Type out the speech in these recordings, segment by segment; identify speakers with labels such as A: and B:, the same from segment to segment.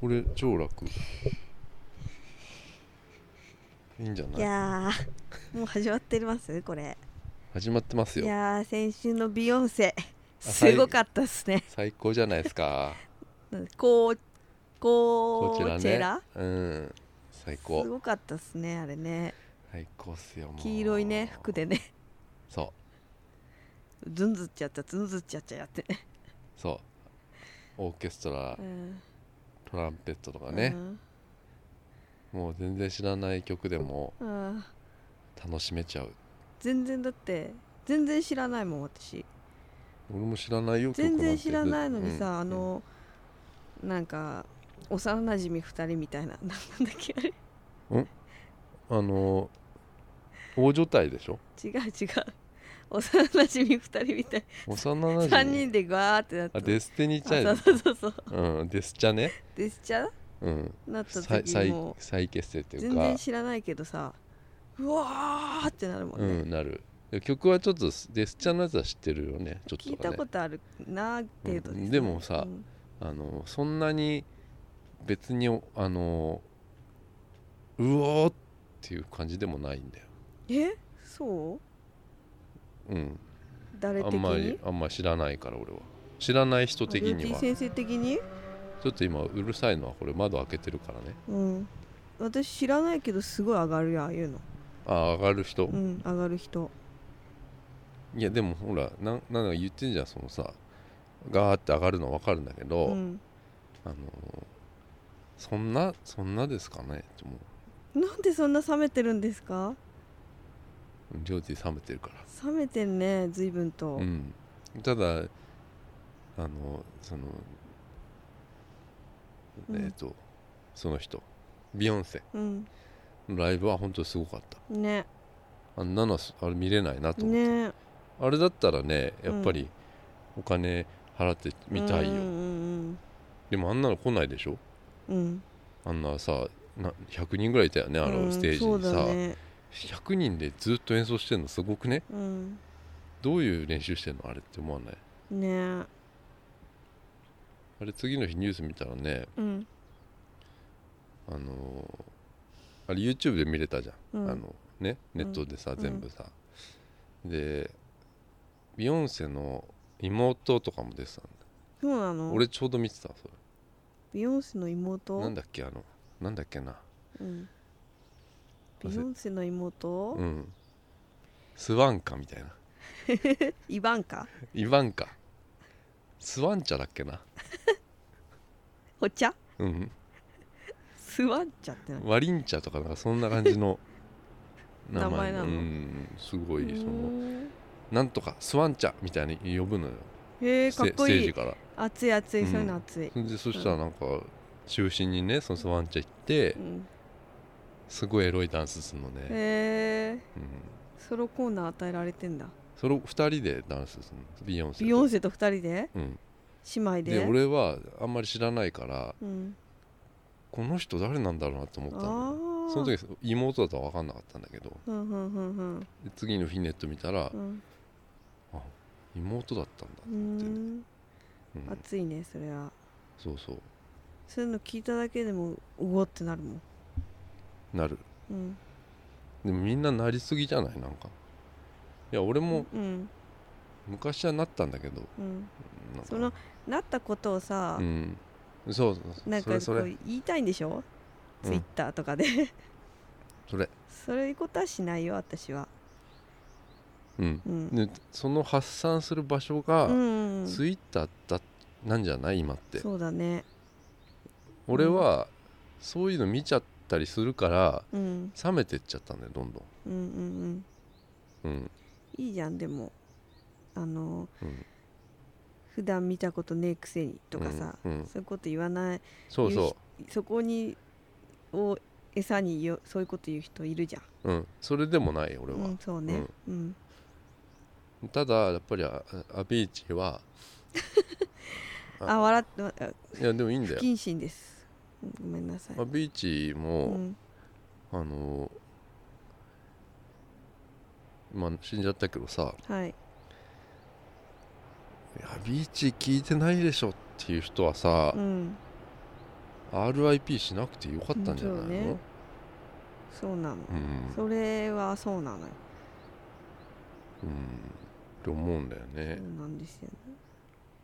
A: これ超楽いいんじゃ
B: い
A: ない
B: やーもう始まってますこれ
A: 始まってます
B: い
A: よ
B: やー先週のビヨンセ
A: あ
B: すごかったですね、
A: 最高じゃないです か
B: こう
A: こ
B: こう
A: ちら
B: チェラ
A: ねうん最
B: す
A: 高
B: ごかったですねあれね
A: 最高っすよもう
B: 黄色いね服でね
A: そ
B: ズンズっちゃったズンズっちゃっちゃやってね、
A: うそうオーケストラ
B: うん
A: トランペットとかね、もう全然知らない曲でも
B: うんうん
A: 楽しめちゃう
B: 全然だって全然知らないもん私
A: 俺も知らないよ
B: 全然知ら
A: 曲んて
B: ないのに
A: う
B: さ
A: ん
B: あのなんか幼なじみ2人みたいななんだっけあれ
A: あの大所帯でしょ
B: 違う違う幼なじみ2人みたい
A: 幼なじみ
B: 3人でガーってなった
A: あデスティニーチャイ
B: あ
A: ル
B: そうそうそうそう
A: ドうんデスチャね
B: でしちゃ
A: うん
B: なった
A: 再
B: 時
A: 再
B: も
A: 再結成っていう
B: 全
A: か
B: 然知らないけどさうわーってなるもんね、
A: うんなるで曲はちょっとデスチャのやつは知ってるよねちょっ
B: 聞い
A: とか
B: た
A: ね
B: ことあるなー程度です、
A: うんでもさ
B: うん
A: あのそんなに別にあのうおーっていう感じでもないんだよ
B: えそう
A: うん
B: 誰
A: あ
B: 的
A: んま
B: に
A: りあんまり知らないから俺は知らない人的
B: ルー
A: に
B: ティ
A: は
B: 先生的に
A: ちょっと今うるさいのはこれ窓開けてるからね
B: うん私知らないけどすごい上がるやんああいうの
A: あ上がる人、
B: うん上がる人
A: いやでもほらなんなんか言ってんじゃんそのさガーって上がるの分かるんだけど、
B: うん
A: あのそんなそんなですかねも
B: なんでそんな冷めてるんですか
A: うりょうじ冷めてるから
B: 冷めてんね随分と、
A: うん、ただあのその、
B: うん
A: えっ、とその人ビヨンセ
B: うん、
A: のライブは本当にすごかった
B: ね
A: あんなのすあれ見れないなと思って、
B: ね
A: あれだったらねやっぱりお金払ってみたいよ、
B: うんうん
A: でもあんなの来ないでしょ
B: うんうん
A: あんなさな100人ぐらいいたよねあ
B: う
A: の
B: ん
A: ステージに
B: そう
A: さ、
B: だね
A: 100人でずっと演奏してんのすごくね
B: うん
A: どういう練習してんのあれって思わない
B: ね
A: あれ次の日ニュース見たらね
B: うん
A: あのーあれ YouTube で見れたじゃん、
B: うん
A: あのねネットでさ、
B: ん
A: 全部さ、でビヨンセの妹とかも出てたんだ、
B: そうなの
A: 俺ちょうど見てたそ
B: ビヨンセの
A: れ
B: 妹
A: なんだっけあのなんだっけな
B: うん、
A: 忘れ
B: ビヨンセの妹、
A: うんスワンカみたいな
B: イバンカ
A: イヴァンカスワンチャだっけな
B: お茶
A: うん
B: スワンチャってな
A: ワリンチャとかなんかそんな感じ の
B: 名前なの
A: うんすごいその
B: の
A: なんとかスワンチャみたいに呼ぶのよ
B: へえ
A: ス
B: か
A: テ
B: っこ
A: ステー
B: い
A: ジ
B: い
A: から
B: 熱い熱い、
A: うん
B: そういうの熱い、
A: でそしたらなんか中心にねそのワンちゃん行って
B: うん、
A: すごいエロいダンスするのね、
B: へえ
A: うん、
B: ソロコーナー与えられてんだ
A: それを2人でダンスするのビヨンセと
B: ビヨンセと二人で
A: うん、
B: 姉妹で
A: で俺はあんまり知らないから
B: うん、
A: この人誰なんだろうなと思った
B: あ
A: のよ
B: あ
A: その時妹だとは分かんなかったんだけど
B: うんうんうんうん
A: で次の日ネット見たら
B: うん
A: 妹だったんだ
B: う、ん
A: うん
B: 熱いねそれは
A: そうそう
B: そういうの聞いただけでもうおってなるもん
A: なる
B: うん
A: でもみんななりすぎじゃないなんかいや俺も
B: うん
A: 昔はなったんだけど
B: うん
A: なんか
B: そのなったことをさ、
A: うんそうそうそう
B: なん
A: そ
B: かこ
A: れそれ
B: う言いたいんでしょ、
A: うん
B: ツイッターとかで
A: それ
B: そういうことはしないよ私は
A: うん
B: うん、
A: でその発散する場所が
B: うんうん、
A: ツイッターだなんじゃない今って
B: そうだね
A: 俺はそういうの見ちゃったりするから
B: うん
A: 冷めてっちゃったんだよどんどん
B: うんうんうん
A: うん
B: いいじゃんでもあの、
A: うん
B: 普段見たことねえくせにとかさ、
A: うんうん
B: そういうこと言わない
A: そうそ
B: そこにを餌によそういうこと言う人いるじゃん
A: ううんそれでもない俺
B: う
A: は
B: ん、そうねうん、
A: ただやっぱりあアビーチは
B: あ笑ってあ
A: いやでもいいんだ
B: 不
A: よ
B: 謹慎ですうんごめんなさい
A: アビーチ
B: う
A: も
B: ん
A: あのまあ死んじゃったけどさ
B: は
A: 「
B: い
A: いやアビーチ聞いてないでしょ」っていう人はさ
B: うん
A: RIP しなくてよかったんじゃないの、
B: そうねそうなの、
A: うん
B: それはそうなのよ
A: うんって思うんだよ
B: そう
A: ね
B: なんですよね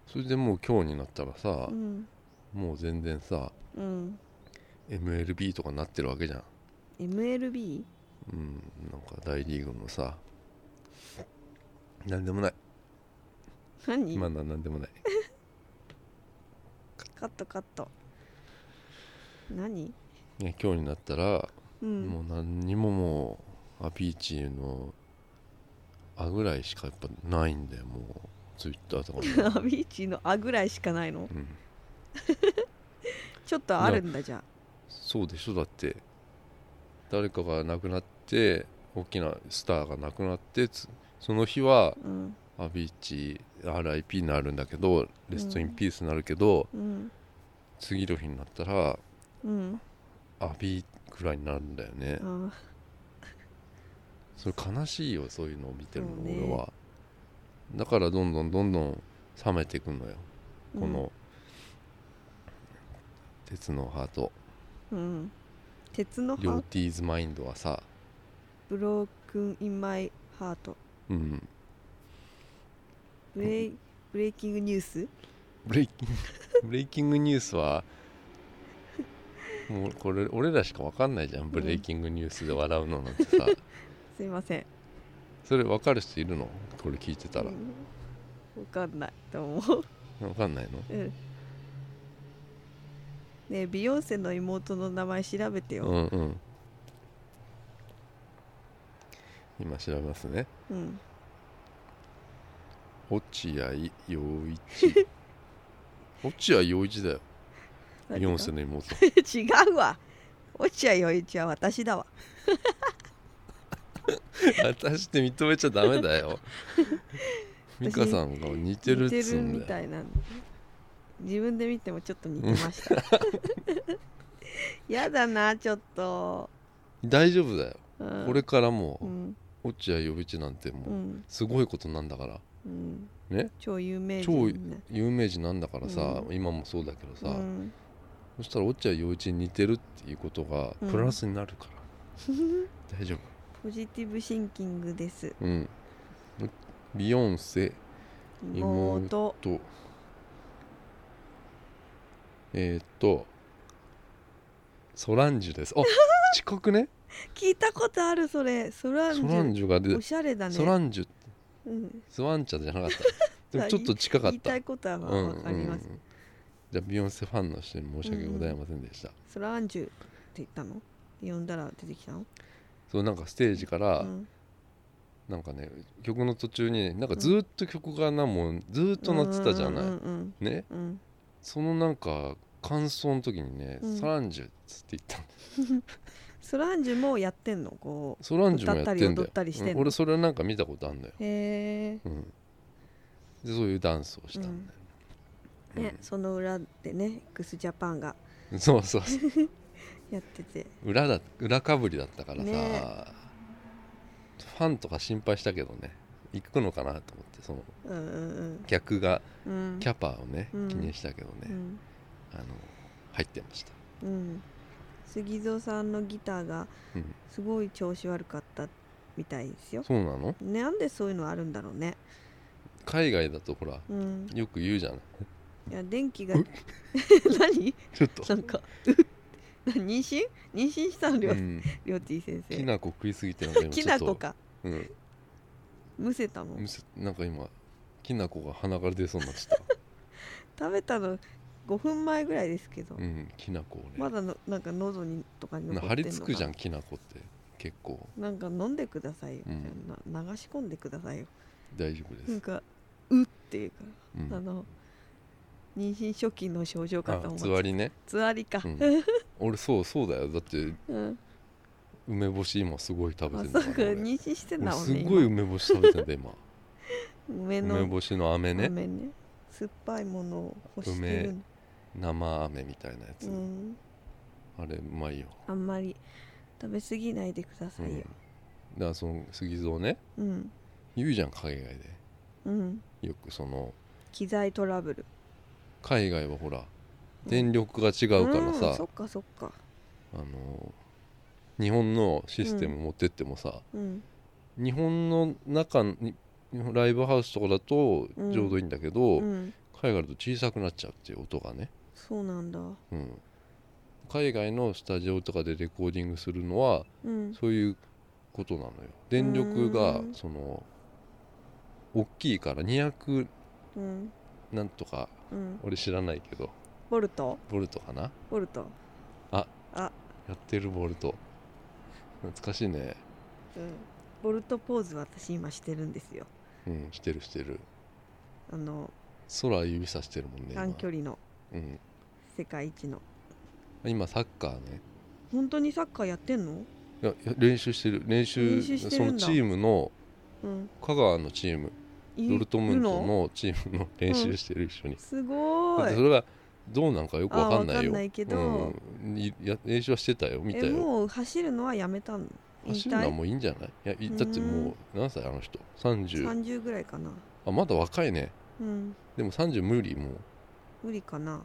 A: それでもう今日になったらさ
B: う、ん
A: もう全然さ
B: うん
A: MLB とかなってるわけじゃん、
B: MLB?
A: うん、なんか大リーグのさなんでもない
B: 何、
A: 今のはなんでもない
B: カットカット何
A: ね今日になったら、
B: うん
A: もう何にももうアピーチの「あ」ぐらいしかやっぱないんだよもうツイッター とかも、
B: アビーチの「あ」ぐらいしかないの
A: うん、
B: ちょっとあるんだじゃ
A: そうでしょだって誰かが亡くなって大きなスターが亡くなってつその日は
B: あうん
A: アビーチ RIP になるんだけどレストインピースになるけど、
B: うん
A: 次の日になったら
B: うん
A: アビーぐらいになるんだよね
B: あー
A: それ悲しいよそういうのを見てるの
B: そうね
A: 俺はだからどんどんどんどん冷めていくのよこの、鉄のハート
B: うん、うん鉄の
A: 両
B: ハ
A: ティーズマインドはさ
B: ブロークン・イン・マイ・ハート
A: うん
B: ブレイブレイキングニュース
A: ブレイキング ブレイキングニュースはもうこれ俺らしか分かんないじゃんブレイキングニュースで笑うのなんてさ
B: すいません
A: それ分かる人いるのこれ聞いてたら
B: うんわかんないと思う
A: 分かんないの
B: うんねえビヨンセの妹の名前調べて
A: う
B: よ、
A: んうん今調べますね
B: うん、
A: 落合陽 一落合陽一だよ
B: 誰だ
A: 四世の妹
B: 違うわ落合陽一は私だわ
A: 私って認めちゃダメだ よ美香さんが似てるっ
B: 似て
A: つう
B: る
A: ん
B: み
A: だよ
B: たいなんで自分で見てもちょっと似てました やだなちょっと、
A: 大丈夫だよ、
B: うん、
A: これからも
B: う
A: うん落合陽一なんて
B: う
A: もうんすごいことなんだから
B: うん
A: ね
B: 超有名
A: 超
B: 人ね
A: 有名人なんだからさ、
B: う
A: 今もそうだけどさ、
B: うん
A: そしたら落合陽一に似てるっていうことが
B: うん
A: プラスになるから、 大丈夫
B: ポジティブシンキングです
A: うんビヨンセ
B: 妹
A: とえーっとソランジュです あ近くね
B: 聞いたことあるそれソランジ
A: ソラン
B: ュ
A: ジュが出
B: お
A: て
B: しゃれだね
A: ソランジュ
B: うん、
A: スワンチャじゃなかったで
B: あ
A: もちょっと近かっ
B: 言い
A: た
B: たいことはまあ
A: うん
B: わかります、
A: うんうんじゃあビヨンセファンの人に申し訳ございませんでした、
B: ソランジュって言ったの呼んだら出てきたの
A: そうなんかステージから、
B: うん
A: なんかね曲の途中になんかずーっと曲がなもうずーっと鳴ってたじゃない、
B: うんうん
A: ね
B: うんうん
A: そのなんか感想の時にね「
B: うん
A: ソランジュ」っつって言ったの
B: ソランジュもやってんのこ
A: ソランジュもやってんだ
B: 歌
A: よ
B: ったり踊ったりしてんの
A: うん俺それなんか見たことあるんだよ、
B: うへ
A: うん、でそういうダンスをしたんだよ、
B: え、ねその裏でね x ジャパンが
A: うんそうそうそう
B: やってて
A: 裏だ裏かぶりだったからさ、
B: ね
A: ファンとか心配したけどね行くのかなと思ってその
B: うんうん
A: 客が
B: うんうん
A: キャパをね、
B: うん
A: 気にしたけどね、
B: うん
A: あの入ってました
B: うん杉蔵さんのギターが
A: うん
B: すごい調子悪かったみたいですよ、
A: そうなの
B: ね、なんでそういうのあるんだろうね
A: 海外だとほら
B: うん
A: よく言うじゃない
B: いや電気が
A: う
B: 何
A: ちょっと
B: なんかうな妊娠妊娠したのりょ
A: う
B: う,、
A: ん、
B: りょうてぃ先
A: き
B: 生
A: なこ食いすぎてなんか今
B: き
A: ちょ
B: な
A: っと
B: こか
A: うん、
B: むせたの
A: むせなんか今きなこが鼻から出そうになっ ちゃった
B: 食べたの5分前ぐらいですけど、
A: うんきなこをね、
B: まだのなんか喉にとかに残
A: な
B: ってんのか
A: 張り付くじゃんきなこって結構
B: なんか飲んでくださいよ、
A: うん
B: な流し込んでくださいよ
A: 大丈夫
B: な
A: で
B: ん
A: す、
B: かうっていうか、
A: うん、
B: あの妊娠初期の症状かと
A: あ
B: 思っ
A: つ
B: て
A: わりね
B: つわりか
A: うん俺そうそうだよだって
B: うん、
A: 梅干し今すごい食
B: あ
A: べて
B: そ
A: ん
B: う
A: だ
B: か
A: から俺
B: 妊娠してん
A: 俺
B: だもん
A: す
B: ね
A: ごい梅干し食べてんだ 今
B: 今梅の
A: 梅干しの飴
B: 梅
A: ね
B: ね酸っぱいものを欲してる
A: 生飴みたいなやつ、
B: うん
A: あれうまいよ、
B: あんまり食べ過ぎないでくださ
A: うん
B: い
A: だ
B: よ
A: からその杉蔵ね
B: うん
A: 言うじゃん海外で
B: うん
A: よくその
B: 機材トラブル
A: 海外はほら電力が違うから
B: うんそ
A: さ
B: っ、かそっか
A: あの日本のシステム持ってってもさ、
B: うん
A: 日本の中にライブハウスとかだと
B: うん
A: ちょうどいいんだけど、
B: うん
A: 海外だと小さくなっちゃうっていう音がね、
B: そうなんだ
A: うん、海外のスタジオとかでレコーディングするのは
B: うん
A: そういうことなのよ電力が
B: うん
A: その大きいから200
B: うん
A: なんとか
B: うん
A: 俺知らないけど
B: ボルト
A: ボルトかな
B: ボルト
A: やってるボルト懐かしいね
B: うんボルトポーズ私今してるんですよ
A: うんしてるしてる
B: あの
A: 空指さしてるもんね今
B: 短距離の
A: うん、
B: 世界一の
A: 今サッカーね
B: 本当にサッカーやってんの
A: いやいや練習してる練習
B: 練習して
A: そ
B: る
A: の
B: んだ
A: チームの
B: うん
A: 香川のチーム
B: い
A: ドルトムント
B: いるの
A: のチームの練習してる一緒に、
B: すご
A: だって
B: ー
A: そ
B: い
A: れがどうなんかよくわかんないよ
B: あわかんないけど
A: うん、いや練習はしてたよ見た
B: え
A: よ
B: もう走るのはやめたの引
A: 走るのは
B: 退
A: もういいんじゃないいやいだってもう何歳あの人30
B: 30ぐらいかな
A: あまだ若いね
B: うん
A: でも30無理もう
B: 無理かな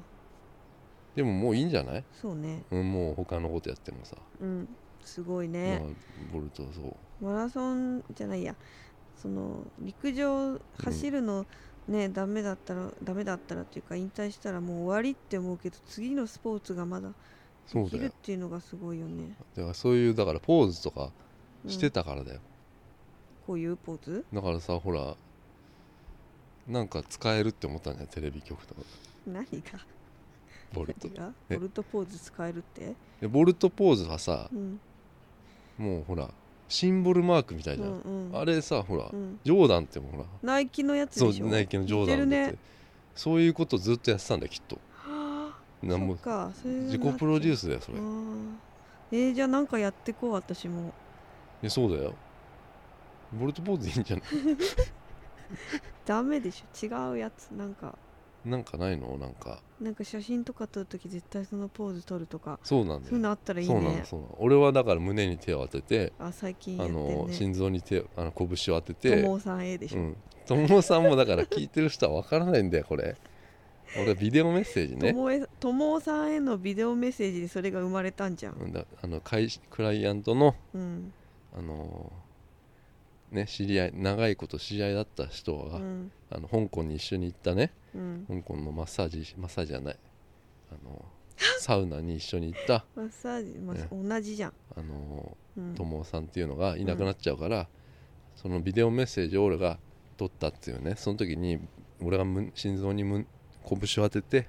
A: でももういいんじゃない、
B: そうね
A: うん、もう他のことやってもさ、
B: うんすごいね
A: まあ、ボルトはそう
B: マラソンじゃないやその陸上走るのね、ダメだったらダメだったらっていうか引退したらもう終わりって思うけど次のスポーツがまだ
A: そ
B: で
A: うだ
B: きるっ
A: よ
B: ていうのがすごいよね、
A: だからそういうだからポーズとか
B: うん
A: してたからだよ、
B: こういうポーズ
A: だからさほらなんか使えるって思ったんじゃんテレビ局とか
B: 何が
A: ボル ト
B: 何が
A: え
B: ボルトポーズ使えるって
A: でボルトポーズはさ
B: うん
A: もうほらシンボルマークみたいうじゃん、
B: んうん
A: あれさほら、
B: うん
A: ジョーダンってもほら
B: ナイキのやつ
A: そ
B: で
A: う
B: しょ
A: ナイキのジョーダンだって
B: 似てるね
A: そういうことずっとやってたんだよきっと
B: はあ
A: なん
B: そ
A: も
B: っかそれが
A: 自己プロデュー
B: ス
A: スだよそれ、い
B: えー、じゃあなんかやってこう私も
A: やそうだよボルトポーズでいいんじゃない
B: ダメでしょ違うやつなんか
A: なんかないのなんか
B: なんか写真とか撮るとき絶対そのポーズ撮るとか
A: そうなんだ
B: そういう
A: よ
B: のあったらいい
A: そうなの
B: ね
A: そうなの俺はだから胸に手を当てて
B: あ最近やっ
A: あ
B: てる
A: の
B: ね
A: 心臓に手をあの拳を当てて
B: 友さん A でし
A: う
B: ょ、
A: ん、友さんもだから聞いてる人は分からないんだよこれ俺ビデオメッセージ
B: と
A: ね
B: もえ友さんへのビデオメッセージでそれが生まれたんじゃん
A: うんだあの会クライアントの、
B: うん
A: あのーね、知り合い長いこと知り合いだった人
B: う
A: が、
B: ん
A: あの香港に一緒に行ったね
B: うん
A: 香港のマッサージマッサージじゃない、あ のーサウナに一緒に行った、
B: マッサージ、まあ同じじゃん、
A: あの
B: う
A: ー、
B: ん
A: 友さんっていうのがいなくなっちゃうから、そのビデオメッセージを俺が撮ったっていうねその時に俺がむ心臓にむ拳を当てて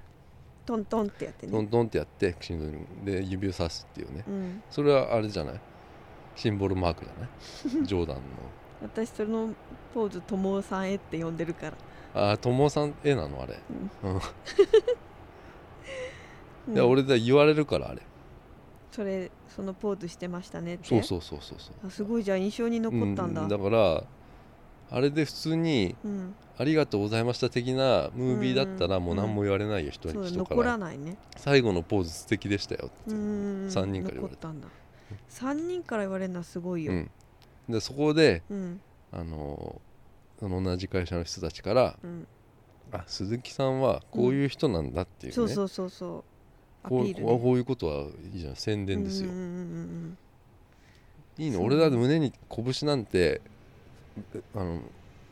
B: トントンってやって
A: ト
B: ね
A: ントンってやって心臓にで指をさすっていうね
B: うん
A: それはあれじゃないシンボルマークじゃない ジョーダンの
B: 私そのポーズ友さんへって呼んでるから、
A: ああ友さん絵なのあれ
B: うん
A: いや俺だ言われるからあれ
B: それそのポーズしてましたねって
A: そうそうそうそうそう
B: あすごいじゃあ印象に残ったんだ
A: うだからあれで普通に
B: うん、
A: 「ありがとうございました」的なムービーだったら
B: うん
A: もう何も言われないよ人
B: そう
A: に
B: だ
A: 人か
B: 残ら
A: ら
B: ないね
A: 「最後のポーズ素敵でしたよ」って
B: うん
A: 3人から言わ
B: 残
A: れ
B: ったたんだ3人から言われるのはすごいよ、
A: うんでそこで
B: うん
A: あのーその同じ会社の人たちから
B: うん
A: 「あ鈴木さんはこういう人なんだ」っていうね、
B: そうそうそうそうアピ
A: こう
B: ール、
A: こう
B: ね、
A: こういうことはいいじゃん宣伝ですよ、
B: うんうんうんうん
A: いいの
B: そう
A: 俺だって胸に拳なんてあの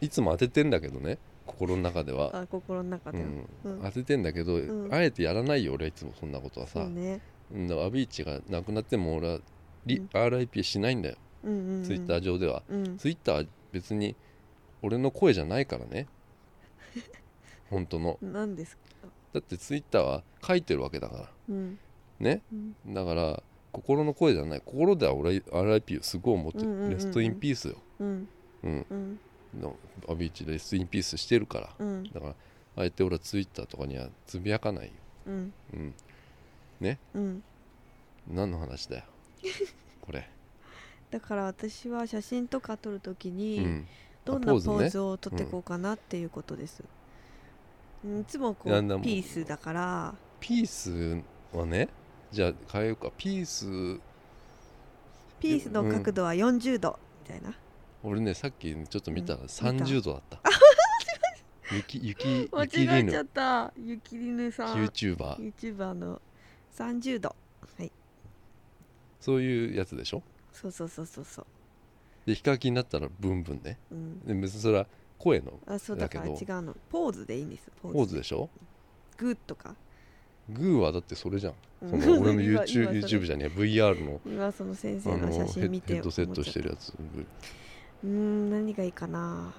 A: いつも当ててんだけどね心の中で
B: うん
A: は、
B: あ心の中
A: う
B: では、
A: ん
B: うん
A: 当ててんだけど、
B: うん
A: あえてやらないよ俺はいつもそんなことはさ
B: そうね
A: うんだからアビーチが亡くなっても俺はリ、
B: うん
A: RIP しないんだよ、
B: うんうんうん
A: ツイッター上では
B: うん
A: ツイッターは別に俺の声じゃないからね 本当の
B: 何ですか
A: だってツイッターは書いてるわけだから
B: うん
A: ね
B: うん
A: だから心の声じゃない心では俺 RIP をすごい思ってる、
B: うんうんうんうん
A: レストインピースよ、
B: うん
A: うん、
B: うん
A: のアビーチレストインピースしてるから
B: うん
A: だからあえて俺はツイッターとかにはつぶやかないよ、
B: うん
A: うん、
B: うん
A: 何の話 だよこれ、
B: だから私は写真とか撮るときに、
A: うん、
B: どんな
A: ポ
B: ポ
A: ー
B: ー
A: ズ
B: ズを撮ってこうかなっていうことです、うんいつもこ
A: だんだ
B: うんピースだから
A: ピースはねじゃあ変えようかピース
B: ピースの角度は40度みたいな、
A: 俺ねさっきちょっと見たら
B: うん
A: 30度だった、 雪 雪
B: 間
A: 雪
B: 違えちゃ
A: 犬
B: ったゆきりぬさん
A: YouTuber
B: YouTuber の30度はい
A: そういうやつでしょ
B: そうそうそうそうそ
A: でヒカキンだったらブンブンね
B: ううん
A: で別にそれは声の
B: あそうだから
A: だ
B: 違う
A: け
B: のポーズでいいんですポ
A: ポー
B: ーズ
A: ズでしょ
B: グーとか
A: グーはだってそれじゃん
B: うん
A: その俺の
B: 今
A: YouTube,
B: 今それ
A: YouTube じゃねえ VR の
B: 今その先
A: あ
B: 生の
A: のヘ
B: 写真見
A: ッ
B: て
A: ヘッドセットして
B: る
A: るやつグー
B: うーん何がいいかな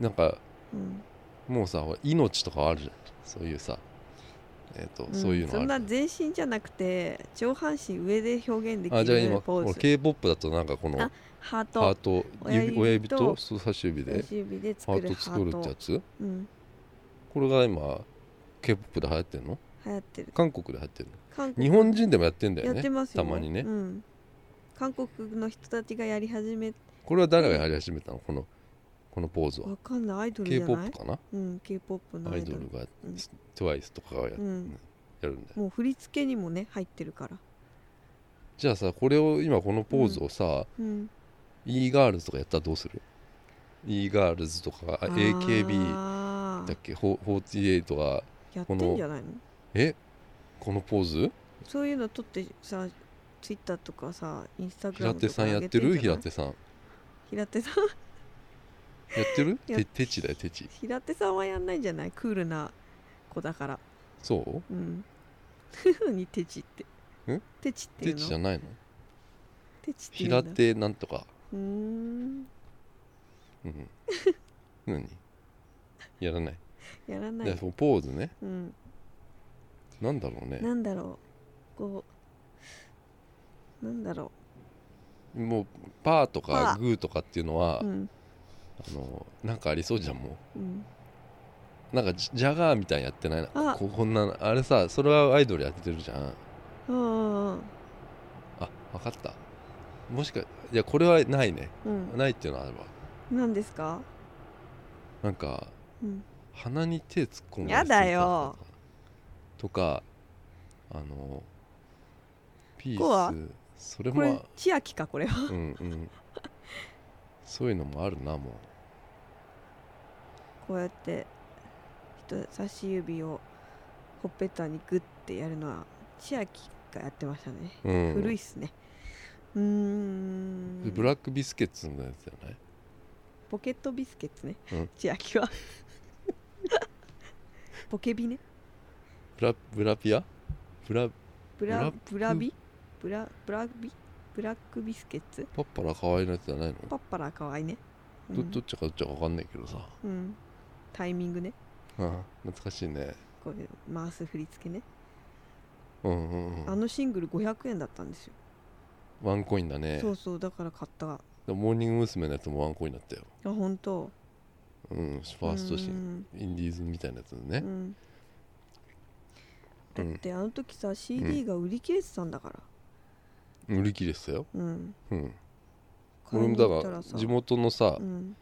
A: なんか
B: うん
A: もうさほら命とかあるじゃんそういうさえっ、と、
B: ん
A: そういう
B: そん
A: のあ
B: な
A: る
B: 全身じゃなくて上半身上で表現でき
A: あじゃあ今
B: るポー
A: 俺
B: ズ
A: k p o p だとなんかこの
B: あハー
A: ハー
B: ト
A: ト
B: 親指
A: 指親指と
B: と
A: 人差し指
B: 人
A: で
B: 差し指で
A: ハ
B: 作
A: ー
B: る
A: ト
B: ハ
A: 作る
B: ー
A: っ
B: ト
A: てやつ
B: うん、
A: これが今 k p o p で流行ってんの
B: 流行ってる
A: 韓国で流行ってる
B: 韓
A: の
B: 国
A: 日本人でもやってんだ
B: や
A: よ
B: って
A: ね
B: ますよ
A: たまにね
B: うん、韓国の人たちがやり始め
A: これは誰がやり始めたのこのこのポーズは
B: わかんないアイドルじ
A: k
B: ゃ
A: p o
B: ない
A: p かな
B: うん、K-POP の
A: ア
B: ア
A: イ
B: イド
A: ド
B: ル
A: ルがや
B: うん
A: TWICE とかがやや
B: うん、
A: るんだよ
B: もう振り付けにもね入ってるから、
A: じゃあさこれを今このポーズをさ
B: うん、
A: e ガールズとかやったらどうする e ガールズとかあ AKB
B: あー
A: だっけほ48が
B: やってんじゃないの
A: えこのポーズ
B: そういうの撮ってさツイッターとかさインスタグ
A: 平
B: ラム
A: 手
B: と
A: さ
B: か
A: んや
B: 上
A: っ
B: げ
A: て
B: ん
A: る
B: じゃ
A: 平
B: ない
A: 手さんや
B: 平手さん
A: ってる
B: や
A: て手ちだよ手ち
B: 平手さんはやんないんじゃないクールな子だから
A: そう
B: うんにテチって
A: ん
B: テチって
A: 手
B: いう
A: ちじゃ
B: の
A: ないの
B: テチっていうんだ
A: 平手なんとか
B: うーん
A: うん 何やらない
B: やらな
A: で
B: い
A: そのポーズね
B: うん
A: なんだろうね
B: なんだろうこうなんだろ
A: もうパーと
B: パ
A: か
B: ー
A: グーとかっていうのは、
B: ううん
A: あのなんかありそうじゃんも
B: うん
A: うなんかジジャガーみたいなのやってないな
B: あ
A: ここんなのあれさそれはアイドルやってるじゃん
B: うん
A: あ分かったもしかいやこれはないね
B: うん
A: ないっていうのはあるわ
B: 何ですか
A: なんか
B: うん
A: 鼻に手突っ込んだりする
B: やだよ
A: とかあのピ
B: こうは
A: ースそれ
B: こ
A: も
B: れ千秋かこれは
A: うんうんそういうのもあるなも
B: こうやって人差し指をほっぺたにグッてやるのは千秋がやってましたね、
A: う、うん、
B: 古いっすねうーん
A: ブラックビスケッツのやつじゃない
B: ポケットビスケッツね、
A: うん
B: 千秋は ポケビね
A: ブラブラピアブラ
B: ブラブ
A: ブ
B: ラ
A: ラ
B: ビブラブラビブラックビスケッツ
A: パッパラ可愛いやつじゃないの、
B: パッパラ可愛いねう
A: ど
B: ん
A: どっちかどっちか分かんないけどさ、
B: うんタイミングね
A: うん、懐かしいね
B: これ回す振り付けね
A: うんうん
B: あ
A: うん
B: のシングル500円だったんですよ、
A: ワンコインだね
B: そうそうだから買ったあ
A: でもモーニング娘。のやつもワンコインだったよ
B: 本当
A: うんファーストシーンインディーズみたいなやつ
B: う
A: ね、
B: ん
A: う
B: うん
A: ん、
B: であの時さ CD が売り切れてたんだから
A: 売り切れてたよ、
B: うん
A: うん、俺もだ
B: 買いに行った
A: から
B: さ
A: 地元のさ、
B: うん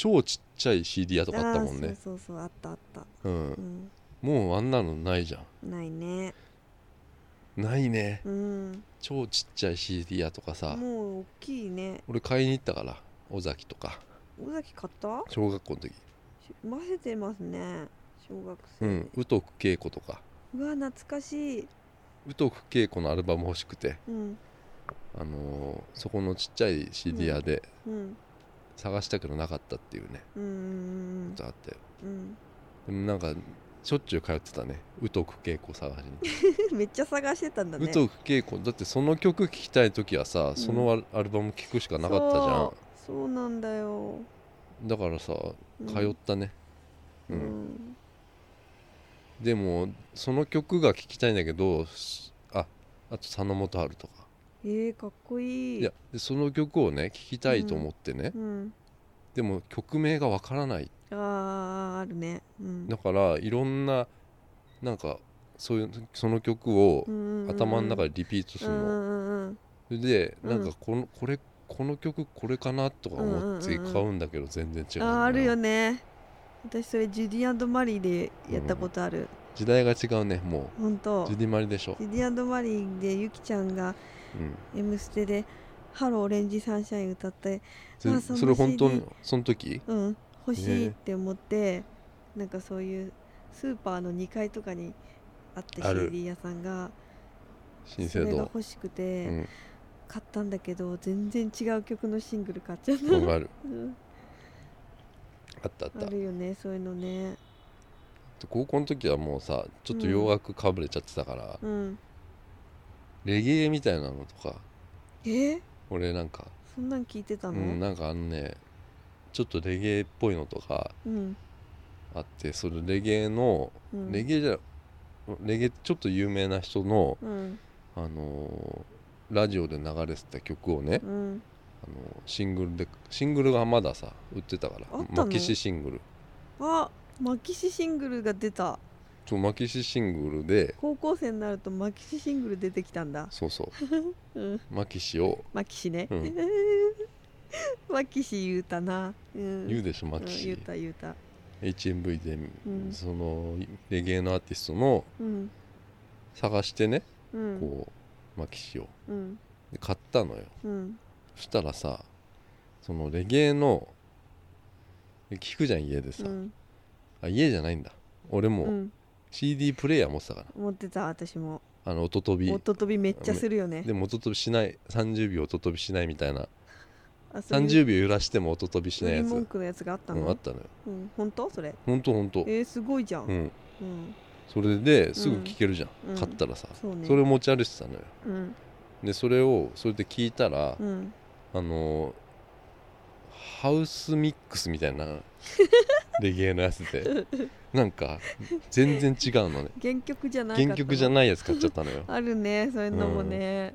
A: 超ちっちゃい CD 屋とかあったもん
B: あー
A: ね
B: そうそうそうあったあった
A: う、
B: うんん
A: もうあんなのないじゃ
B: ないね
A: んないね
B: うん
A: 超ちっちゃい CD 屋とかさ、
B: もう大きいね
A: 俺買いに行ったから尾崎とか
B: 尾崎買った
A: 小学校の時
B: し混ぜてますね小学生
A: う
B: で、
A: ん宇徳恵子とか
B: うわ懐かしい
A: 宇徳恵子のアルバム欲しくて
B: うん
A: あのーそこのちっちゃい CD 屋で
B: うん
A: 探したけどなかったっていうね
B: うんうん
A: ことあって
B: うん
A: でもなんかしょっちゅう通ってたね宇徳恵子探しに
B: うんめっちゃ探してたんだね
A: 宇都恵子だってその曲聴きたい時はさそのアルアルバム聴くしかなかったじゃん
B: そう、そうなんだよ、
A: だからさ
B: うん
A: 通ったね、う
B: うんん
A: でもその曲が聴きたいんだけどしああと佐野元春とか
B: えー、かっこいい
A: いやでその曲をね聴きたいと思ってね、
B: うん
A: でも曲名がわからない
B: あーあるねうん
A: だからいろんななんかそういうその曲を頭の中
B: で
A: でリピートす
B: う
A: る
B: んう
A: の、
B: んうん
A: それで
B: うん
A: なんかこのこれこの曲これかなとか思って
B: うんうんうんうん
A: 買うんだけど全然違う
B: あ
A: んだ
B: ーあるよね私それジュディマリーでやったことある、
A: 時代が違うねも
B: ほんと
A: うジュディマリでしょ
B: ジュディマリーでゆきちゃんが
A: うん
B: 「M ステ」で「ハローオレンジサンシャイン」歌って
A: そ
B: まあ
A: れ
B: その
A: それ本当
B: CD
A: にその時
B: うん欲しいって思って、なんかそういうスーパーの2階とかにあって
A: ある
B: CD 屋さんが
A: 新
B: そ
A: 生
B: れが
A: 堂
B: 欲しく
A: う
B: て、
A: ん
B: 買ったんだけど全然違う曲のシングル買っちゃった、
A: わかる
B: うん
A: あったあっ
B: あ
A: た
B: るよねそういうのね
A: 高校の時はもうさちょっと洋楽かぶれちゃってたから、
B: うん
A: レゲエみたいなのとか
B: えー
A: 俺なんか
B: そんなん聞いてた
A: う
B: の、
A: んなんかあのねちょっとレゲエっぽいのとか
B: うん
A: あってそれレゲエの
B: うん
A: レゲエじゃレゲエちょっと有名な人の、
B: うん
A: あのーラジオで流れてた曲をね、
B: うん
A: あのーシングルでシングルがまださ売ってたから
B: あったの
A: マキシシングル
B: あマキシシングルが出た
A: そうマキシシングルで
B: 高校生になるとマキシシングル出てきたんだ
A: そうそう
B: うん
A: マキシを
B: マキシね、
A: うん
B: マキシ言うたな、うん、
A: 言うでしょマ
B: うん
A: キ
B: 言う
A: シ
B: た言うた
A: HMV で、
B: うん
A: そのレゲエのアーティストの
B: うん
A: 探してね
B: うん
A: こうマキシを
B: うん
A: で買ったのよ
B: うん
A: そしたらさそのレゲエの聞くじゃん家でさ、
B: うん
A: あ家じゃないんだ俺
B: う
A: も
B: ん
A: CD プレイヤー持ってたから、
B: 思ってた私も
A: あの音飛び
B: 音飛びめっちゃするよね
A: でも音飛びしない30秒音飛びしないみたいな
B: あそういう
A: 30秒揺らしても音飛びしないやつ
B: 売り文句のやつがあった
A: う
B: の、
A: ん、あったのよ
B: うん本当それ
A: ほんとほんと、
B: えー、すごいじゃ
A: う
B: ん、
A: ん、
B: うん
A: それですぐ聴けるじゃん、
B: うん
A: 買ったらさ、
B: そうね
A: それを持ち歩いてたのよ
B: うん
A: でそれをそれで聞いたら、
B: うん
A: あのーハウスミックスみたい なレゲエのやつでなんか全然違うのね
B: 原曲じゃない
A: 原曲じゃ
B: ない
A: ないやつ買っちゃったの よだか
B: あるねそういうのもね、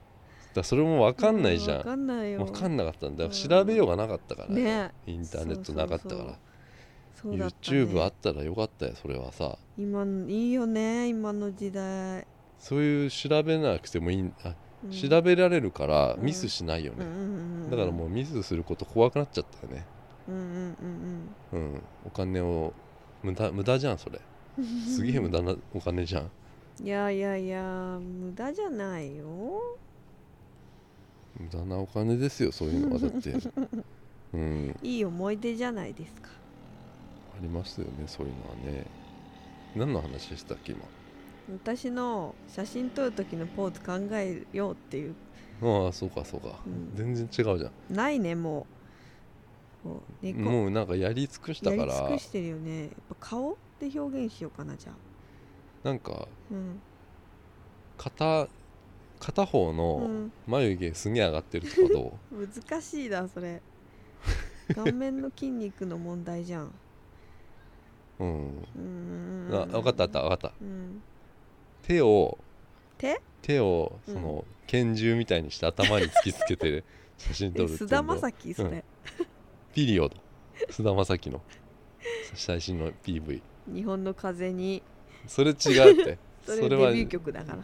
A: らそれも分
B: わ
A: かんないじゃん
B: わかんないよ
A: 分かんなかったんだ
B: うん
A: 調べようがなかったから、
B: ね
A: インターネットなかったから
B: そうそうそうだった、ね、
A: YouTube あったらよかったよそれはさ
B: 今のいいよね今の時代、
A: そういう調べなくてもいいんあ、
B: うん
A: 調べられるから
B: うん
A: ミスしないよ
B: うん
A: ね、
B: うんうんうん、
A: だからもうミスすること怖くなっちゃったよね
B: うんうんうん
A: うんお金を無駄無駄じゃんそれ
B: うん
A: すげえ無駄なお金じゃん
B: いやいやいや無駄じゃないよ
A: 無駄なお金ですよそういうのはだ ってうん
B: いい思い出じゃないですか
A: ありますよねそういうのはね何の話でしたっけ今
B: 私の写真撮る時のポーズ考えようっていう
A: ああそうかそうか、
B: うん
A: 全然違うじゃん
B: ないねもうこう猫
A: もうなんかやり尽くした
B: や
A: か
B: り
A: ら
B: 尽くしてるよねやっぱ顔で表現しようかなじゃあ
A: なんか
B: うん
A: 片片方
B: う
A: の
B: ん、
A: 眉毛すげえ上がってるとかど
B: 難しいなそれ顔面の筋肉の問題じゃん
A: う、うん、
B: うん
A: あ分かった分かった分かった
B: うん
A: 手を
B: 手
A: 手をその、拳銃みたいにして頭に突きつけ て写真撮
B: え
A: るっていう
B: 菅田
A: の
B: 将暉それ、
A: ピリオド菅田将暉の最新の PV
B: 日本の風に
A: それ違うって
B: それ
A: それは
B: デビュー曲だから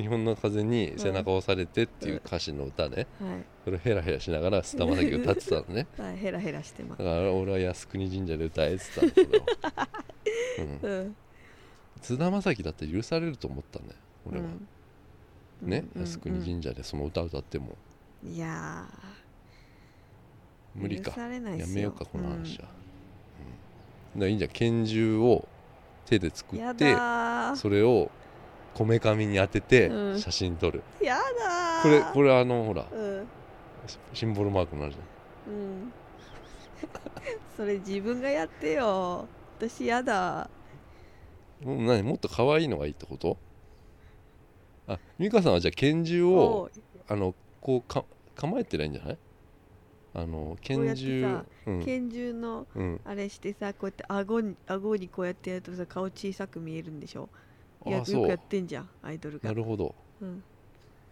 A: 日本の風に背中を押されてっていう歌詞の歌ね
B: はい
A: それをヘラヘラしながら菅田将暉歌ってたの ね
B: だからヘラヘラしてます
A: だから俺は靖国神社で歌えてたんだけ ど、うん
B: うん
A: 菅田将暉だって許されると思ったね俺は、
B: うん
A: ね
B: うん
A: 靖国神社でその歌歌っても
B: うんいやー
A: 無理か
B: 許されないっ
A: や
B: す
A: めようかこの話は、うんだからいいんじゃん拳銃を手で
B: う
A: 作
B: んや
A: って
B: だー
A: それをこめかみに当てて
B: うん
A: 写真撮る、
B: やだー
A: これこれあのほら
B: うん
A: シシンボルマークになるじゃん
B: うんそれ自分がやってよ私やだ
A: もう何もっと可愛いのがいいってことあ美香さんはじゃあ拳銃
B: お
A: を
B: い
A: あのこうか構えてないんじゃないあの
B: うや
A: 拳
B: って
A: 銃
B: さ
A: うん
B: 拳銃の
A: うん、
B: あれしてさこうやって顎に顎にこうやってやるとさ顔小さく見えるんでしょい
A: あ
B: やよ
A: あ
B: く
A: そ
B: やっ
A: う
B: てんじゃんアイドルが
A: なるほど
B: うん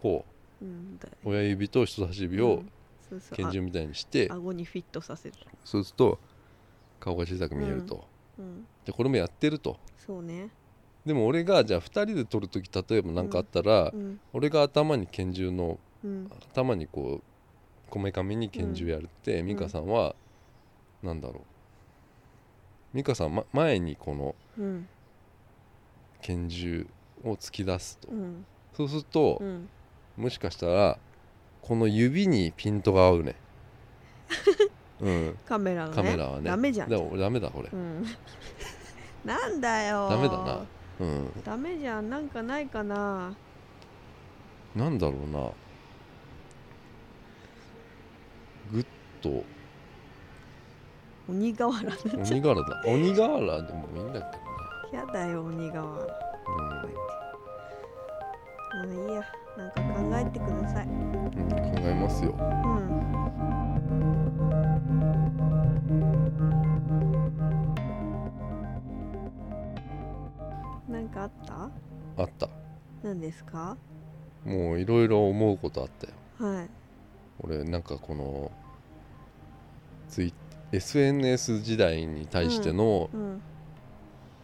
A: こ
B: うんだ
A: う親指と人差し指
B: う
A: を
B: んそうそう
A: 拳銃みたいにして、
B: あ顎にフィットさせる
A: そうすると顔が小さく見えると、
B: うん
A: でこれもやってると
B: そうね
A: でも俺がじゃあ2人で撮る時例えば何かあったら、
B: うん
A: 俺が頭に拳銃の
B: うん
A: 頭にこうこめかみに拳銃やるって、
B: ん
A: 美香さんは、なんだろう美香さん、ま、前にこの
B: うん
A: 拳銃を突き出すと、
B: うん
A: そうすると
B: う、んも
A: もしかしたらこの指にピントが合うねううん、
B: カメラがね
A: カメラはね
B: ダメじゃん
A: でもダメだこれ
B: うん なんだよ
A: ダメだなうん
B: ダメじゃんなんかないかな
A: なんだろうなグッと
B: 鬼瓦だ
A: 鬼瓦だ鬼瓦でもいいんだけ
B: やだよ鬼瓦
A: どね、
B: まあいいやなんか考えてください
A: うんうん、考えますよ
B: うんなんかあった
A: あった
B: 何ですか
A: もういろいろ思うことあったよ
B: はい
A: 俺なんかこのツイ SNS 時代に対しての、
B: うん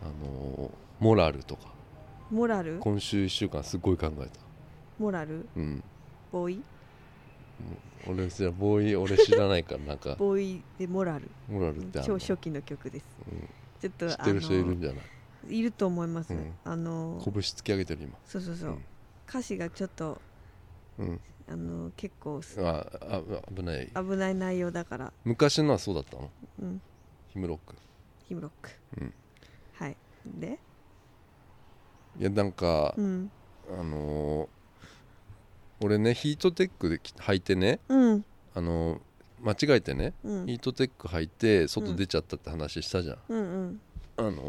A: あのーモラルとか
B: モラル
A: 今週1週間すごい考えた
B: モラル
A: うん
B: ボーイ
A: 俺じゃあボーイ俺知らないからなんか
B: ボーイでモラル
A: モラルってある
B: 超
A: の
B: 初期の曲です
A: うん
B: ちょっと
A: 知ってる人いるんじゃない
B: あのいると思います、
A: うん
B: あの
A: 拳突き上げてる今
B: そうそうそう、
A: うん
B: 歌詞がちょっと
A: うん
B: あの結構す
A: ああ危ない
B: 危ない内容だから
A: 昔のはそうだったの
B: うん
A: ヒムロック
B: ヒムロック、
A: うん
B: はいで
A: いやなんか
B: う、ん
A: あのー俺ねヒートテックで着履いてね、
B: うん
A: あのー間違えてね、
B: うん
A: ヒートテック履いて外出ちゃったって話したじゃん、
B: うん
A: あのちょっと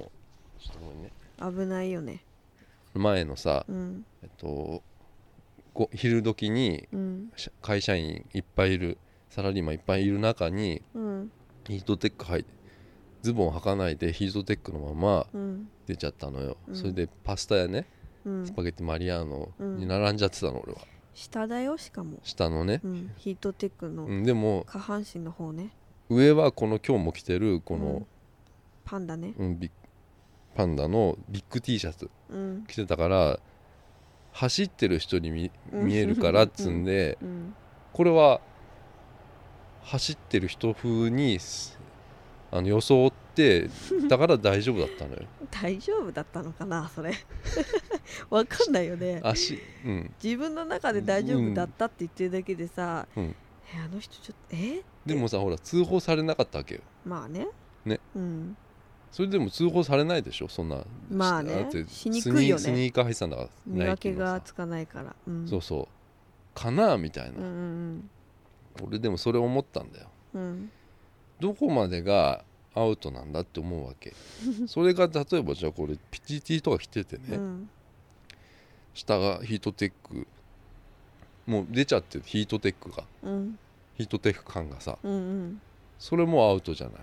A: ごめんね
B: うん危ないよね
A: 前のさ、
B: うん
A: えっとご昼時に
B: うん
A: し会社員いっぱいいるサラリーマンいっぱいいる中に
B: うん
A: ヒートテック履いてズボン履かないでヒートテックのまま
B: うん
A: 出ちゃったのよ、
B: うん
A: それでパスタやね
B: うん
A: スパゲッティマリアーノ
B: うん
A: に並んじゃってたの俺は
B: 下だよしかも、
A: 下のね
B: う、ん、ヒートテック
A: う
B: の
A: ん、でも
B: 下半身の方ね
A: 上はこの今日も着てるこ
B: う
A: の
B: ん、パンダね
A: うんビッパンダのビッグ T シャツ
B: うん
A: 着てたから走ってる人に見
B: うん
A: 見えるからっつんで、
B: うん
A: これは走ってる人風にすあの装ってだから大丈夫だったのよ
B: 大丈夫だったのかなそれ わかんないよね
A: 足うん
B: 自分の中で大丈夫だったって言ってるだけでさ、
A: うん
B: えあの人ちょっとえ
A: でもさほら通報されなかったわけよ
B: まあね
A: ね
B: うん
A: それでも通報されないでしょそんな
B: まあね
A: だって
B: しにくいよね
A: スニースニーカー入ってたんだから
B: 見分け
A: ナ
B: が
A: イキのさ
B: つかないからうん
A: そうそうかなみたいな、
B: うんうん
A: 俺でもそれ思ったんだよ
B: うんうん
A: どこまでがアウトなんだって思うわ けそれが例えばじゃあこれピチティとか着ててね、
B: うん
A: 下がヒートテックもう出ちゃってるヒートテックが
B: うん
A: ヒートテック感がさ
B: うん
A: それもアウトじゃない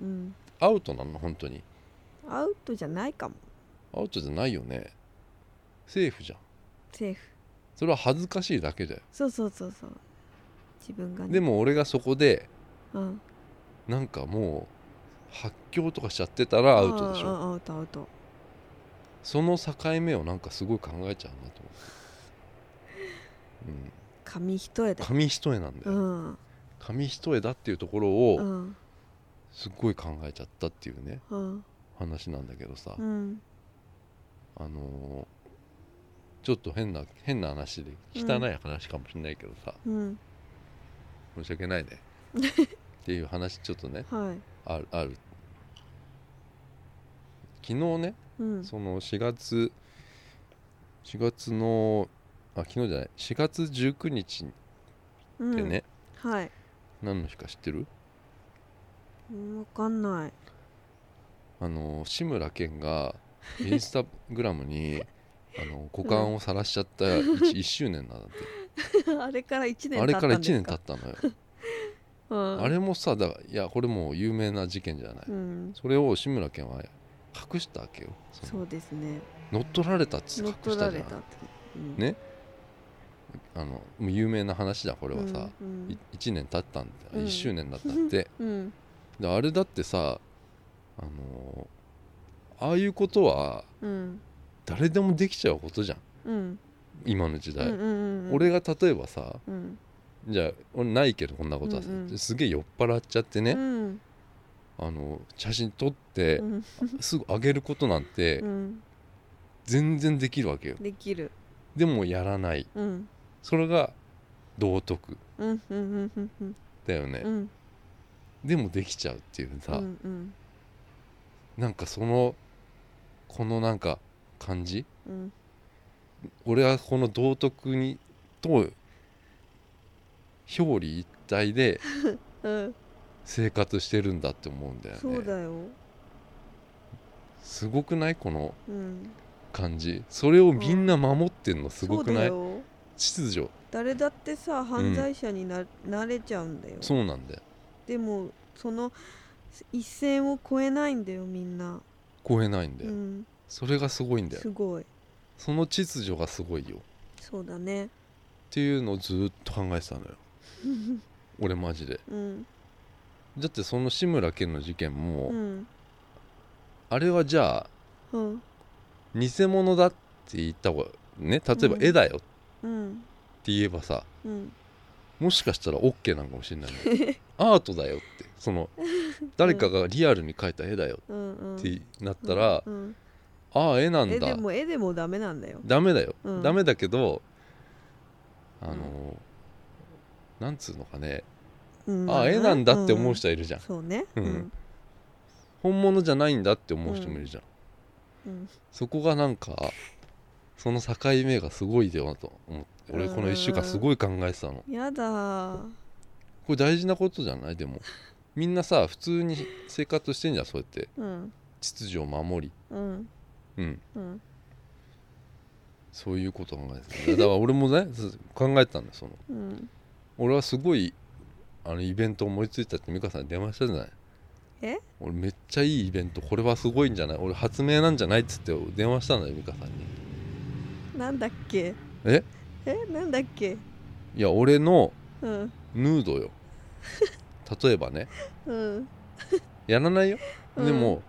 B: うん
A: アウトなの本当に
B: アウトじゃないかも
A: アウトじゃないよねセーフじゃん
B: セーフ
A: それは恥ずかしいだけだよ
B: そうそうそうそう自分がね
A: でも俺がそこで
B: うん
A: なんかもう発狂とかしちゃってたらアウトでし
B: う
A: ょ
B: んうんアウトアウト
A: その境目をなんかすごい考えちゃうなと思って、
B: 紙一重
A: うん、
B: だ
A: 紙一重なんだ
B: う
A: よ、
B: ん
A: 紙一重だっていうところ
B: う
A: を
B: ん
A: すっごい考えちゃったっていうね
B: うん
A: 話なんだけどさ、
B: うん
A: あのーちょっと変な変な話で
B: うん
A: 汚い話かもしれないけどさ、
B: うん
A: 申し訳ない ねっていう話ちょっとね
B: はい
A: あるある昨日ね
B: うん
A: その4月4月のあ昨日じゃない4月19日っ
B: うん
A: てね、
B: はい
A: 何の日か知ってる
B: うんわかんない
A: あのー志村けんがインスタグラムにあの股間を晒しちゃった 1, 周年 なんだって
B: あれから1年
A: あ
B: 経
A: れ
B: った
A: か
B: ん
A: ら
B: です
A: 1
B: か
A: 年経ったのよ
B: うん、
A: あれもさだからいやこれもう有名な事件じゃない、
B: うん
A: それを志村けんは隠したわけよその
B: そうですね
A: 乗っ取られたっつって
B: 乗っ
A: 隠
B: 取
A: し
B: ら
A: たじ
B: れ
A: ゃ
B: たっ
A: ん
B: てうん
A: ねあのもう有名な話だこれはさ、
B: うん
A: い1年経ったんだ、
B: うん
A: 1周年だったんで
B: うん
A: であれだってさあのーああいうことは
B: うん
A: 誰でもできちゃうことじゃん
B: うん
A: 今の時
B: うん
A: 代、
B: うんうんうん
A: 俺が例えばさ
B: うん
A: じゃあ俺ないけどこんなことはさ、
B: うんうん
A: すげえ酔っ払っちゃってね
B: う、ん
A: あの写真撮って
B: うん
A: すぐ上げることなんて
B: うん
A: 全然できるわけよ
B: できる
A: でもやらない
B: うん
A: それが道徳
B: うんうんうんうんうん
A: だよね、
B: うん
A: でもできちゃうっていうさ、
B: うんうん
A: なんかそのこのなんか感じ
B: うん
A: 俺はこの道徳にと表裏一体で
B: うん
A: 生活してるんだって思うんだよね
B: そうだよ
A: すごくないこの
B: うん
A: 感じそれをみんな守ってんのすごくない、
B: そうだよ
A: 秩序
B: 誰だってさ犯罪者にな,、なれちゃうんだよ
A: そうなんだよ
B: でもその一線を越えないんだよみんな、
A: 超えないんだ
B: う
A: よ、
B: ん、
A: それがすごいんだよ
B: すごい
A: その秩序がすごいよっ
B: そうだね
A: ていうのをずーっと考えてたのよ俺マジで
B: うん
A: だってその志村けんの事件も、
B: うん
A: あれはじゃあ
B: うん
A: 偽物だって言った方がね例えば
B: うん
A: 絵だよって
B: うん
A: 言えばさ、
B: うん
A: もしかしたら OK なのかもしれないね アートだよってその誰かがリアルに描いた絵だよ
B: うんうん
A: ってなったら、
B: うんうん
A: ああ絵なん
B: えで
A: だ
B: も絵でもダメなんだよ
A: ダメだよ、
B: うん
A: ダメだけどあの
B: う
A: なんつうのかね、
B: うん
A: ああ絵なんだって思う人はいるじゃん、
B: そうね
A: うん本物じゃないんだって思う人もいるじゃん、
B: うん
A: そこがなんかその境目がすごいよなと思って俺この1週間すごい考えてたの、こ
B: やだー
A: れ大事なことじゃないでもみんなさ普通に生活してんじゃんそうやって
B: うん
A: 秩序を守り
B: うん
A: うん
B: うん
A: そういうことを考えてただから俺も ねす考えてたんだよその
B: うん
A: 俺はすごいあのイベント思いついたって美香さんに電話したじゃない
B: え
A: 俺めっちゃいいイベントこれはすごいんじゃない俺発明なんじゃないっつって電話したんだよ美香さんに
B: なんだっけ
A: え
B: えなんだっけ
A: いや俺の
B: うん
A: ヌード よ例えばね
B: うん
A: やらないよ、
B: うん
A: でも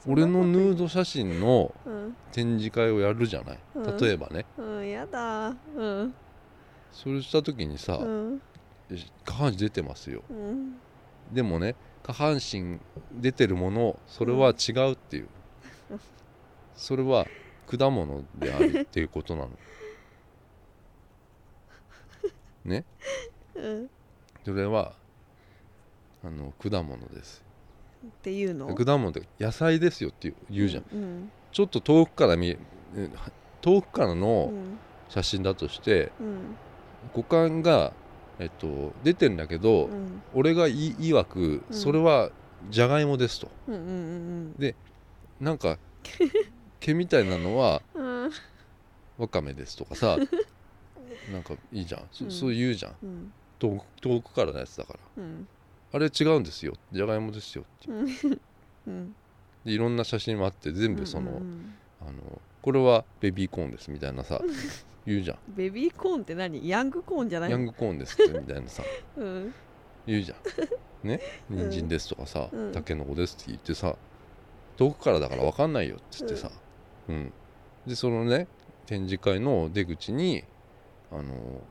B: そんな
A: 俺
B: こと
A: のヌード写真の
B: うん
A: 展示会をやるじゃない、
B: うん
A: 例えばね
B: うんやだーうん
A: それした時にさ、
B: うん
A: 下半身出てますよ
B: うん
A: でもね下半身出てるものそれは違うっていう、
B: うん
A: それは果物であるっていうことなのね
B: うん
A: それはあの果物です
B: っていうの
A: 果物って野菜ですよっていう言うじゃん、
B: うん
A: ちょっと遠くから見えうん遠くから
B: う
A: の
B: ん
A: 写真だとして、
B: うん
A: 五感が、えっと、出てんだけど、
B: うん
A: 俺がい曰く
B: うん
A: それはじゃがいもですと、
B: うんうんうん
A: なんか毛みたいなのは
B: うん
A: わかめですとか さなんかいいじゃんそ,、う
B: うん
A: そう言うじゃん
B: うん
A: 遠く遠くからのやつだから
B: うん
A: あれ違うんですよじゃがいもですよって
B: うん
A: でいろんな写真もあって全部その,、
B: うんうん
A: あのこれはベビーコーンですみたいな さ言うじゃ
B: うんベビーコーンって何ヤングコーンじゃなんい
A: ヤングコーンですってみたいなさ
B: うん
A: 言うじゃ んね
B: ん
A: 人参ですとかさ、
B: うん
A: たけのこですって言ってさ遠くからだからわかんないよっつってさ、うんでそのね展示会の出口にあの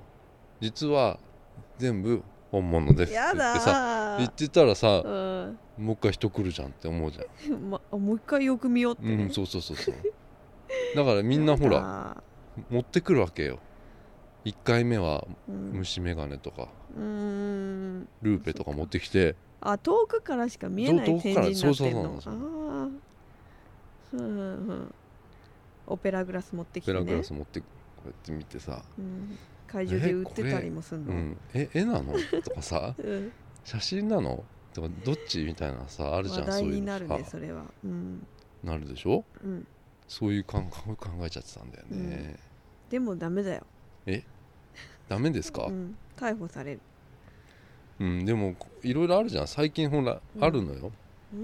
A: 実は全部本物ですって言
B: や
A: っ
B: だ
A: てさ
B: ー
A: 言ってたらさ、
B: うん
A: もう一回人来るじゃんって思うじゃん、
B: ま、もう一回よく見ようって、
A: うん、そうそうそうそうだからみ
B: み
A: んなほら、持ってくるわけよ1回目は
B: うん、
A: 虫眼鏡とか
B: うーん
A: ルーペとか持ってきて
B: あ遠くからしか見えない
A: そう
B: 展
A: 遠くから
B: 示になってんの
A: そう
B: あ
A: そうそうな
B: あーうんうんうんオペラグラス持ってき
A: ペ
B: て
A: ラグ
B: ね
A: ラス持ってこうやって見てさ
B: うん、会場で売ってたりもする
A: 「
B: の、
A: うん、え絵なの?」 とかさ
B: うん
A: 「写真なの?」とか「どっち?」みたいなさあるじ
B: 話
A: ゃん
B: 題
A: そうい
B: に
A: う
B: な
A: の
B: る
A: さ
B: ねそれはうん、
A: なるでしょ
B: うん、
A: そういう感覚考えちゃってたんだよね、
B: でもダメだよ、
A: ダメですか、う
B: うんん、逮捕される
A: でもいろいろあるじゃん最近ほら、
B: うん
A: あるのよ
B: う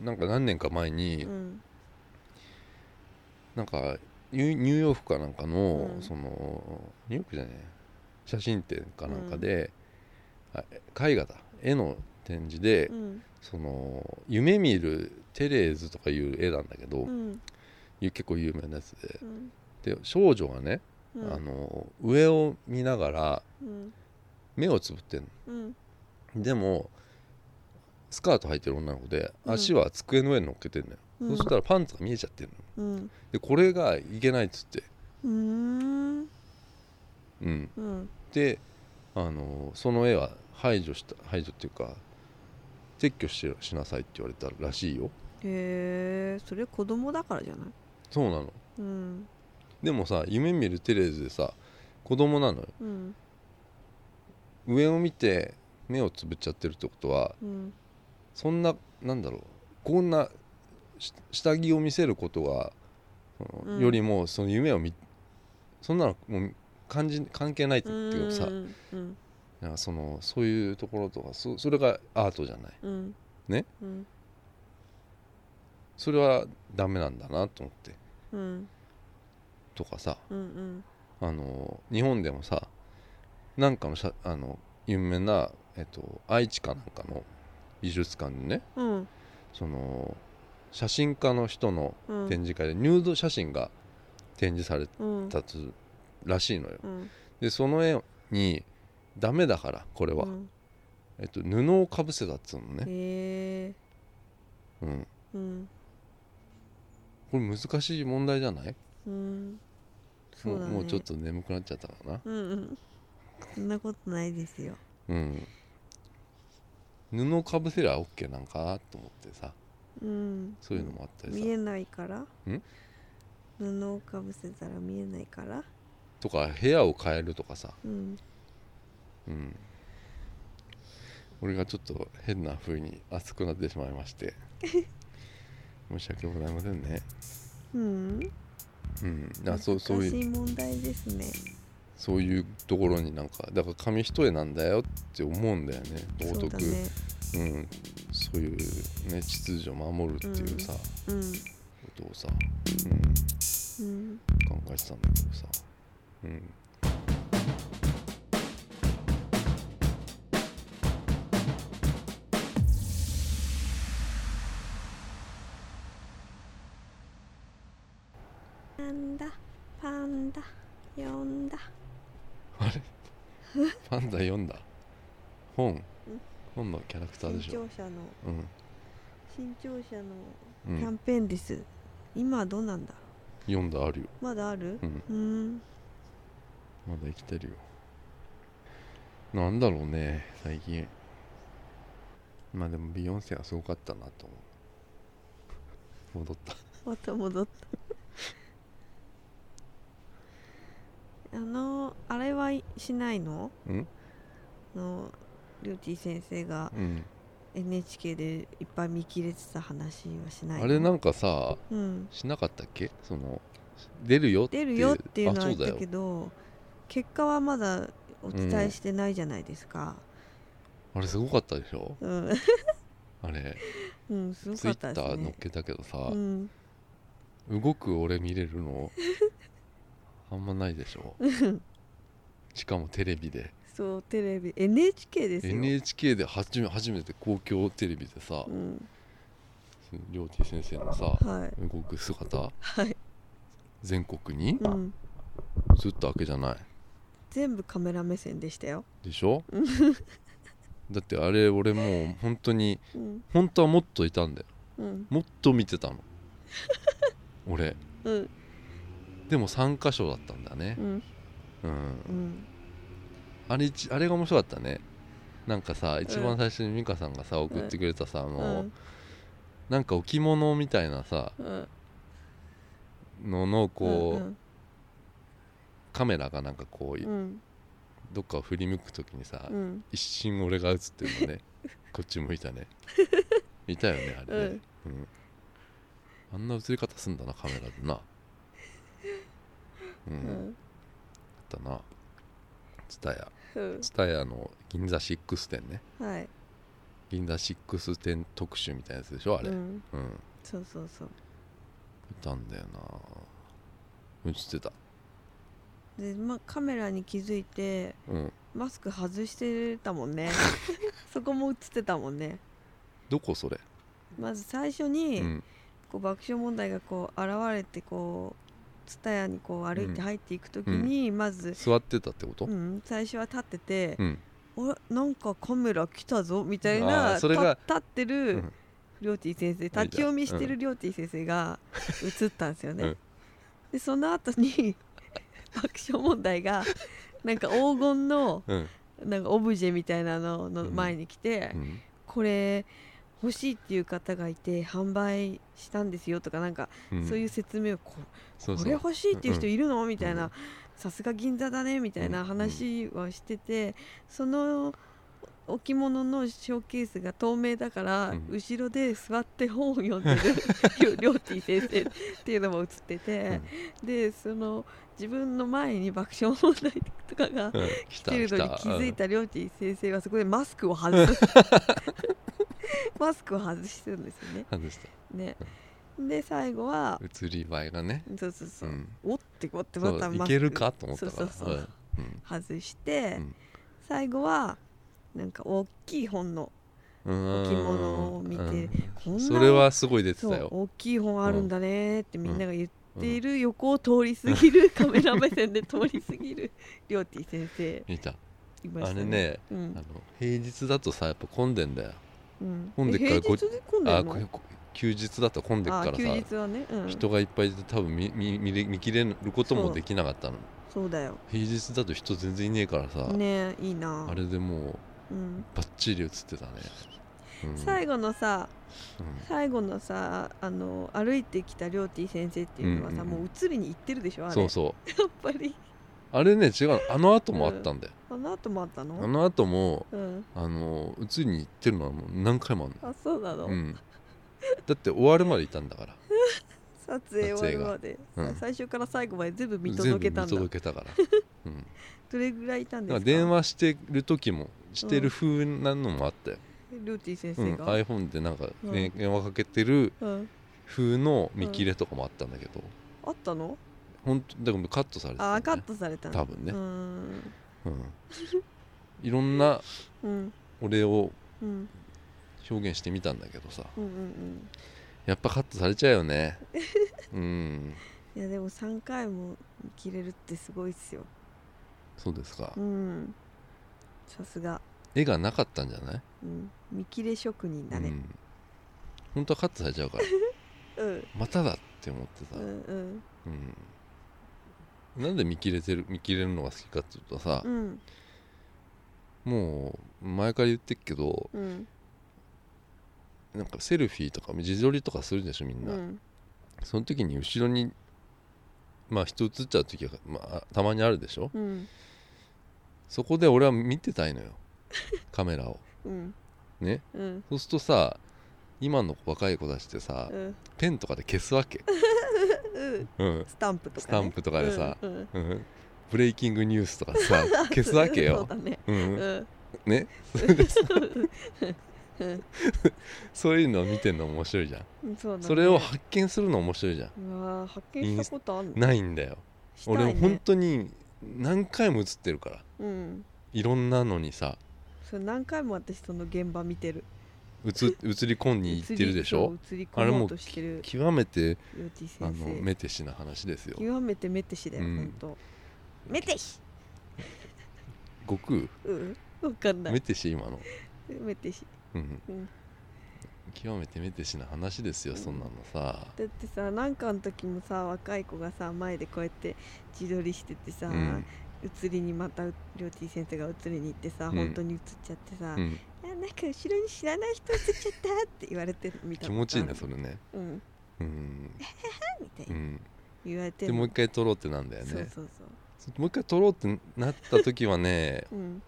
B: ん
A: なんか何年か前に、
B: うん
A: なんかニュニューヨークかなんかの、
B: うん
A: そのニューヨークじゃねえ写真展かなんかで、あ絵画だ絵の展示で、
B: うん
A: その夢見るテレーズとかいう絵なんだけど、
B: うん
A: ゆ結構有名なやつで
B: うん
A: で少女がね、
B: う
A: あ
B: ん
A: の上を見ながら
B: うん
A: 目をつぶってん
B: うん
A: のでもスカート履いてる女の子で
B: うん
A: 足は机の上に乗っけてんのよ、
B: うん
A: そしたらパンツが見えちゃってるの
B: うん
A: でこれがいけないっつって
B: うー
A: う
B: ん
A: ん
B: うん
A: であのその絵は排除した排除っていうか撤去ししなさいって言われたらしいよ
B: へえそれ子供だからじゃない
A: そうなの
B: うん
A: でもさ夢見るテレビでさ子供なのよ
B: うん
A: 上を見て目をつぶっちゃってるってことは
B: うん
A: そんななんだろうこんなし下着を見せることが、その
B: うん
A: よりもその夢を見そんなのもう感じ関係ないっていうかさ、
B: うんうん
A: なんかそのそういうところとかそそれがアートじゃない
B: うん
A: ね
B: うん
A: それはダメなんだなと思って
B: うん
A: とかさ
B: うんうん
A: あの日本でもさなんかのしゃあの有名な、えっと、愛知かなんかの美術館でね
B: うん
A: その写真家の人の
B: うん
A: 展示会でヌード写真が展示され
B: うん
A: たつらしいのよ
B: うん
A: でその絵にダメだからこれは、
B: うん
A: えっと、布をかぶせたっつうのね、
B: へえ
A: うん、
B: うん
A: これ難しい問題じゃない
B: うんそうだね
A: もうもうちょっと眠くなっちゃったかな
B: うんうんそんなことないですよ
A: うん布かぶせりゃ OK なんかなと思ってさ
B: うん
A: そういうのもあったり
B: 見
A: さ
B: えないから
A: ん
B: 布をかぶせたら見えないから
A: とか部屋を変えるとかさ、
B: うん
A: うん、俺がちょっと変な風に熱くなってしまいまして 申し訳ございませんね
B: うん
A: うんあそうそう
B: 難
A: い
B: し
A: う
B: い問題ですね
A: そういうところになんかだから紙一重なんだよって思うんだよね道
B: そう
A: 徳
B: だね
A: うん、そういうね秩序を守るっていうさ、
B: うん
A: ことをさ、うん、
B: うん
A: 考えてたんだけどさうん
B: パンダパンダ呼んだ
A: あれパンダ読んだ本本のキャラクター
B: 新
A: でしょ
B: 潮社の
A: うん、
B: 新潮社の
A: う
B: キャ
A: ん、
B: ンペーンです、今はどうなんだろ
A: 読んだあるよ、
B: うまだある
A: うん、
B: うん
A: まだ生きてるよなんだろうね最近まあでもビヨンセはすごかったなと思う戻った
B: また戻った あのあれはいしないの
A: うん
B: あのりょうちぃ先生が
A: うん、
B: NHK でいっぱい見切れてた話はしないの
A: あれなんかさ
B: うん
A: しなかったっけその出るよってい
B: 出
A: う
B: るよっていうのは言
A: あ
B: った
A: そうだ
B: け
A: よ
B: ど結果はまだお伝えしてないじゃないですか
A: あれすごかったでしょ
B: うん、
A: あれ
B: うん、すご
A: ツ
B: か
A: イ
B: っ
A: ッ
B: た
A: タ
B: です
A: ー乗っ
B: ね
A: けたけどさ、
B: うん
A: 動く俺見れるの あんまないでしょしかもテレビで
B: そうテレビ NHK ですよ、
A: NHK で初め初めて公共テレビでさ
B: うん、
A: りょうてぃ先生のさ
B: はい
A: 動く姿
B: はい、
A: 全国に
B: うん、
A: ずっとわけじゃない
B: 全部カメラ目線でしたよ、
A: でしょだってあれ俺もう本当に
B: うん
A: 本当はもっといたんだよ
B: うん
A: もっと見てたの 俺
B: うん
A: でも3箇所だったんだね
B: うん
A: うん
B: うん
A: あれ一あれが面白かったねなんかさ一番最初に美香さんがさ送ってくれたさ、あ
B: う
A: の
B: ん
A: なんか置物みたいなさ
B: うん
A: ののこう、
B: うん
A: カメラがなんかこう、
B: うん
A: どっかを振り向く時にさ、
B: うん
A: 一瞬俺が映ってるのね こっち向いたねいたよねあれね、うんあんな映り方すんだなカメラでなうん、
B: う
A: だ
B: ん
A: ったなツタヤ
B: うん
A: ツタヤの銀座6店ね
B: はい
A: 銀座6店特集みたいなやつでしょあれ
B: うん
A: うん
B: そうそうそう
A: 見たんだよな映ってた
B: で、ま、カメラに気づいて
A: うん
B: マスク外してたもん ねそこも映ってたもんね
A: どこそれ
B: まず最初
A: う
B: に、
A: ん
B: こう爆笑問題がこう現れてこう蔦屋にこう歩いて入っていく時に、まず、
A: 座ってたってこ
B: う
A: と
B: ん、最初は立ってて
A: う、ん
B: あれなんかカメラ来たぞみたい
A: あ
B: な
A: ーそれが
B: た立って
A: う
B: る
A: ん
B: りょうてぃ先生立ち読みしてるりょうてぃ先 生が映ったんですよね。
A: うん
B: でその後に 爆笑問題がなんか黄金の
A: うん
B: なんかオブジェみたいなのの
A: うん
B: 前に来て、
A: うん
B: これ欲しいっていう方がいて販売したんですよとかなんか
A: うん
B: そういう説明をこ,、
A: そう
B: こ
A: そう
B: れ欲しいっていう人いるのみたい
A: うん
B: なさすが銀座だねみたいな話はしててその置物のショーケースが透明だから、
A: うん
B: 後ろで座って本を読んでる りょうてぃ 先生っていうのも映ってて、でその自分の前に爆笑問題とかが
A: うん来
B: 来
A: た
B: てる
A: 来
B: のに
A: た
B: 気づいたりょうてぃ先生はそこでマスクを外 すマスクを外してるんですよ
A: う
B: ね
A: ん何でした
B: ねで最後は
A: 移り映えがね
B: そうそうそう、
A: うん
B: おってこって
A: そ
B: また
A: うい
B: マスク
A: けるかと思ったから
B: そうそうそう
A: うんうん
B: 外して、
A: うん
B: 最後はなんか大きい本の
A: うん
B: 置物を見て
A: うん
B: こんな
A: それはすごい出て
B: そ
A: た
B: う
A: よ
B: 大きい本あるんだねってみんなが言っ
A: うん
B: ている横を通り過 ぎる、カメラ目線で通り過ぎるりょうてぃ先生
A: 見た
B: いま
A: あ
B: したね
A: れね
B: う
A: あ
B: ん
A: の平日だとさやっぱ混んでんだよ
B: うん、
A: 混んでっから
B: え平日で混んで
A: あ
B: るの
A: こ休日だと混んでっ
B: あ
A: から
B: 休
A: さ
B: 日はね、うん、
A: 人がいっぱいで多分見見見れ見切れることもできなかったの
B: そうだよ
A: 平日だと人全然いねえからさ、
B: ねえいいな
A: あれでもう
B: うん、
A: バッチリ映ってたね、うん、
B: 最後のさ
A: うん
B: 最後のさあの歩いてきたりょうてぃ先生っていうのはさ、
A: うんうんうん
B: もう移りに行ってるでしょあれ
A: そうそう
B: やっぱり
A: あれね違うのあの後もあったんだよ、
B: あの後もあったの
A: あの後も
B: うん
A: あの映りに行ってるのはもう何回もある
B: あそうなの、
A: の、うん、だって終わるまでいたんだから
B: 撮影終わるまで、
A: 撮影がうん
B: さ最初から最後まで全部 見
A: 全部
B: 届け
A: 見
B: たんだ
A: 届けたから、う ん、
B: どれぐらいいたんで
A: だか
B: す
A: ら
B: か
A: 電話してる時もしてる風なのもあったよ、
B: りょうてぃ先
A: うん
B: 生が、うん
A: iPhone でなんか、
B: うん
A: ね電話かけてる風の見切れとかもあったんだけど、
B: あったの
A: 本当だからカットされて
B: あ
A: たん
B: ー
A: だ
B: カッ
A: ね
B: トされたんだ
A: 多分ね
B: うー、ん
A: うん、いろんな
B: うん
A: 俺を
B: うん
A: 表現してみたんだけどさ
B: うんうんうん
A: やっぱカットされちゃうよ ねうん
B: いやでも3回も見切れるってすごいっすよ
A: そうですか
B: うんさすが、
A: 絵がなかったんじゃない
B: うん、見切れ職人だ
A: う
B: ね
A: ん、本当はカットされちゃうから
B: うん
A: まただって思って
B: う
A: た、
B: んうん
A: うん、なんで見切れてる見切れるのが好きかっていうとさ
B: う、ん
A: もう前から言ってっけど
B: うん
A: なんかセルフィーとか自撮りとかするでしょみん
B: う
A: な、
B: ん
A: その時に後ろにまあ人映っちゃう時が、まあ、たまにあるでしょ
B: うん
A: そこで俺は見てたいの よカメラを
B: うん
A: ね
B: うん
A: そうするとさ今の若い子たちってさ
B: うん
A: ペンとかで消すわ け、
B: うん
A: うん
B: スタンプとかね
A: スタンプとかでさ、
B: うんうん
A: うんブレイキングニュースとか さ消すわけ
B: そう
A: よ
B: だ、ね
A: う、
B: うんん
A: ねそういうのを見てるの面白いじゃん
B: うんそうだね
A: それを発見するの面白いじゃん
B: うわー発見したことあるの
A: ないんだよ
B: したいね
A: 俺本当に何回も映ってるから
B: うん
A: いろんなのにさ
B: それ何回も私その現場見てる
A: 映映り込んに行ってるでしょ
B: 映り
A: あ
B: 込
A: れ
B: も
A: も
B: うとしてる
A: 極めて
B: ようてぃ
A: あの
B: 先生
A: メテシな話ですよ
B: 極めてメテシだよ
A: うん
B: 本当メテシ
A: 悟空
B: うんわかんな
A: メ
B: い
A: テシ今の、
B: メテシ
A: うん
B: うん
A: 極めてメテシな話ですよそんなのさ
B: だってさなんかの時もさ若い子がさ前でこうやって自撮りしてて
A: う
B: さ
A: ん
B: 写りにまたりょうてぃ先生が写りに行って
A: う
B: さ
A: ん
B: 本当に写っちゃってさ
A: う
B: あ
A: ん
B: なんか後ろに知らない人写っちゃったって言われてるみたい
A: 気
B: な
A: 持ちいいね
B: こと
A: そ
B: ある
A: れね
B: うん
A: うん
B: みたいうなん言われて
A: で
B: る
A: もう一回撮ろうってなんだよ
B: そう
A: ね
B: そうそう
A: もう一回撮ろうってなった時はね
B: うん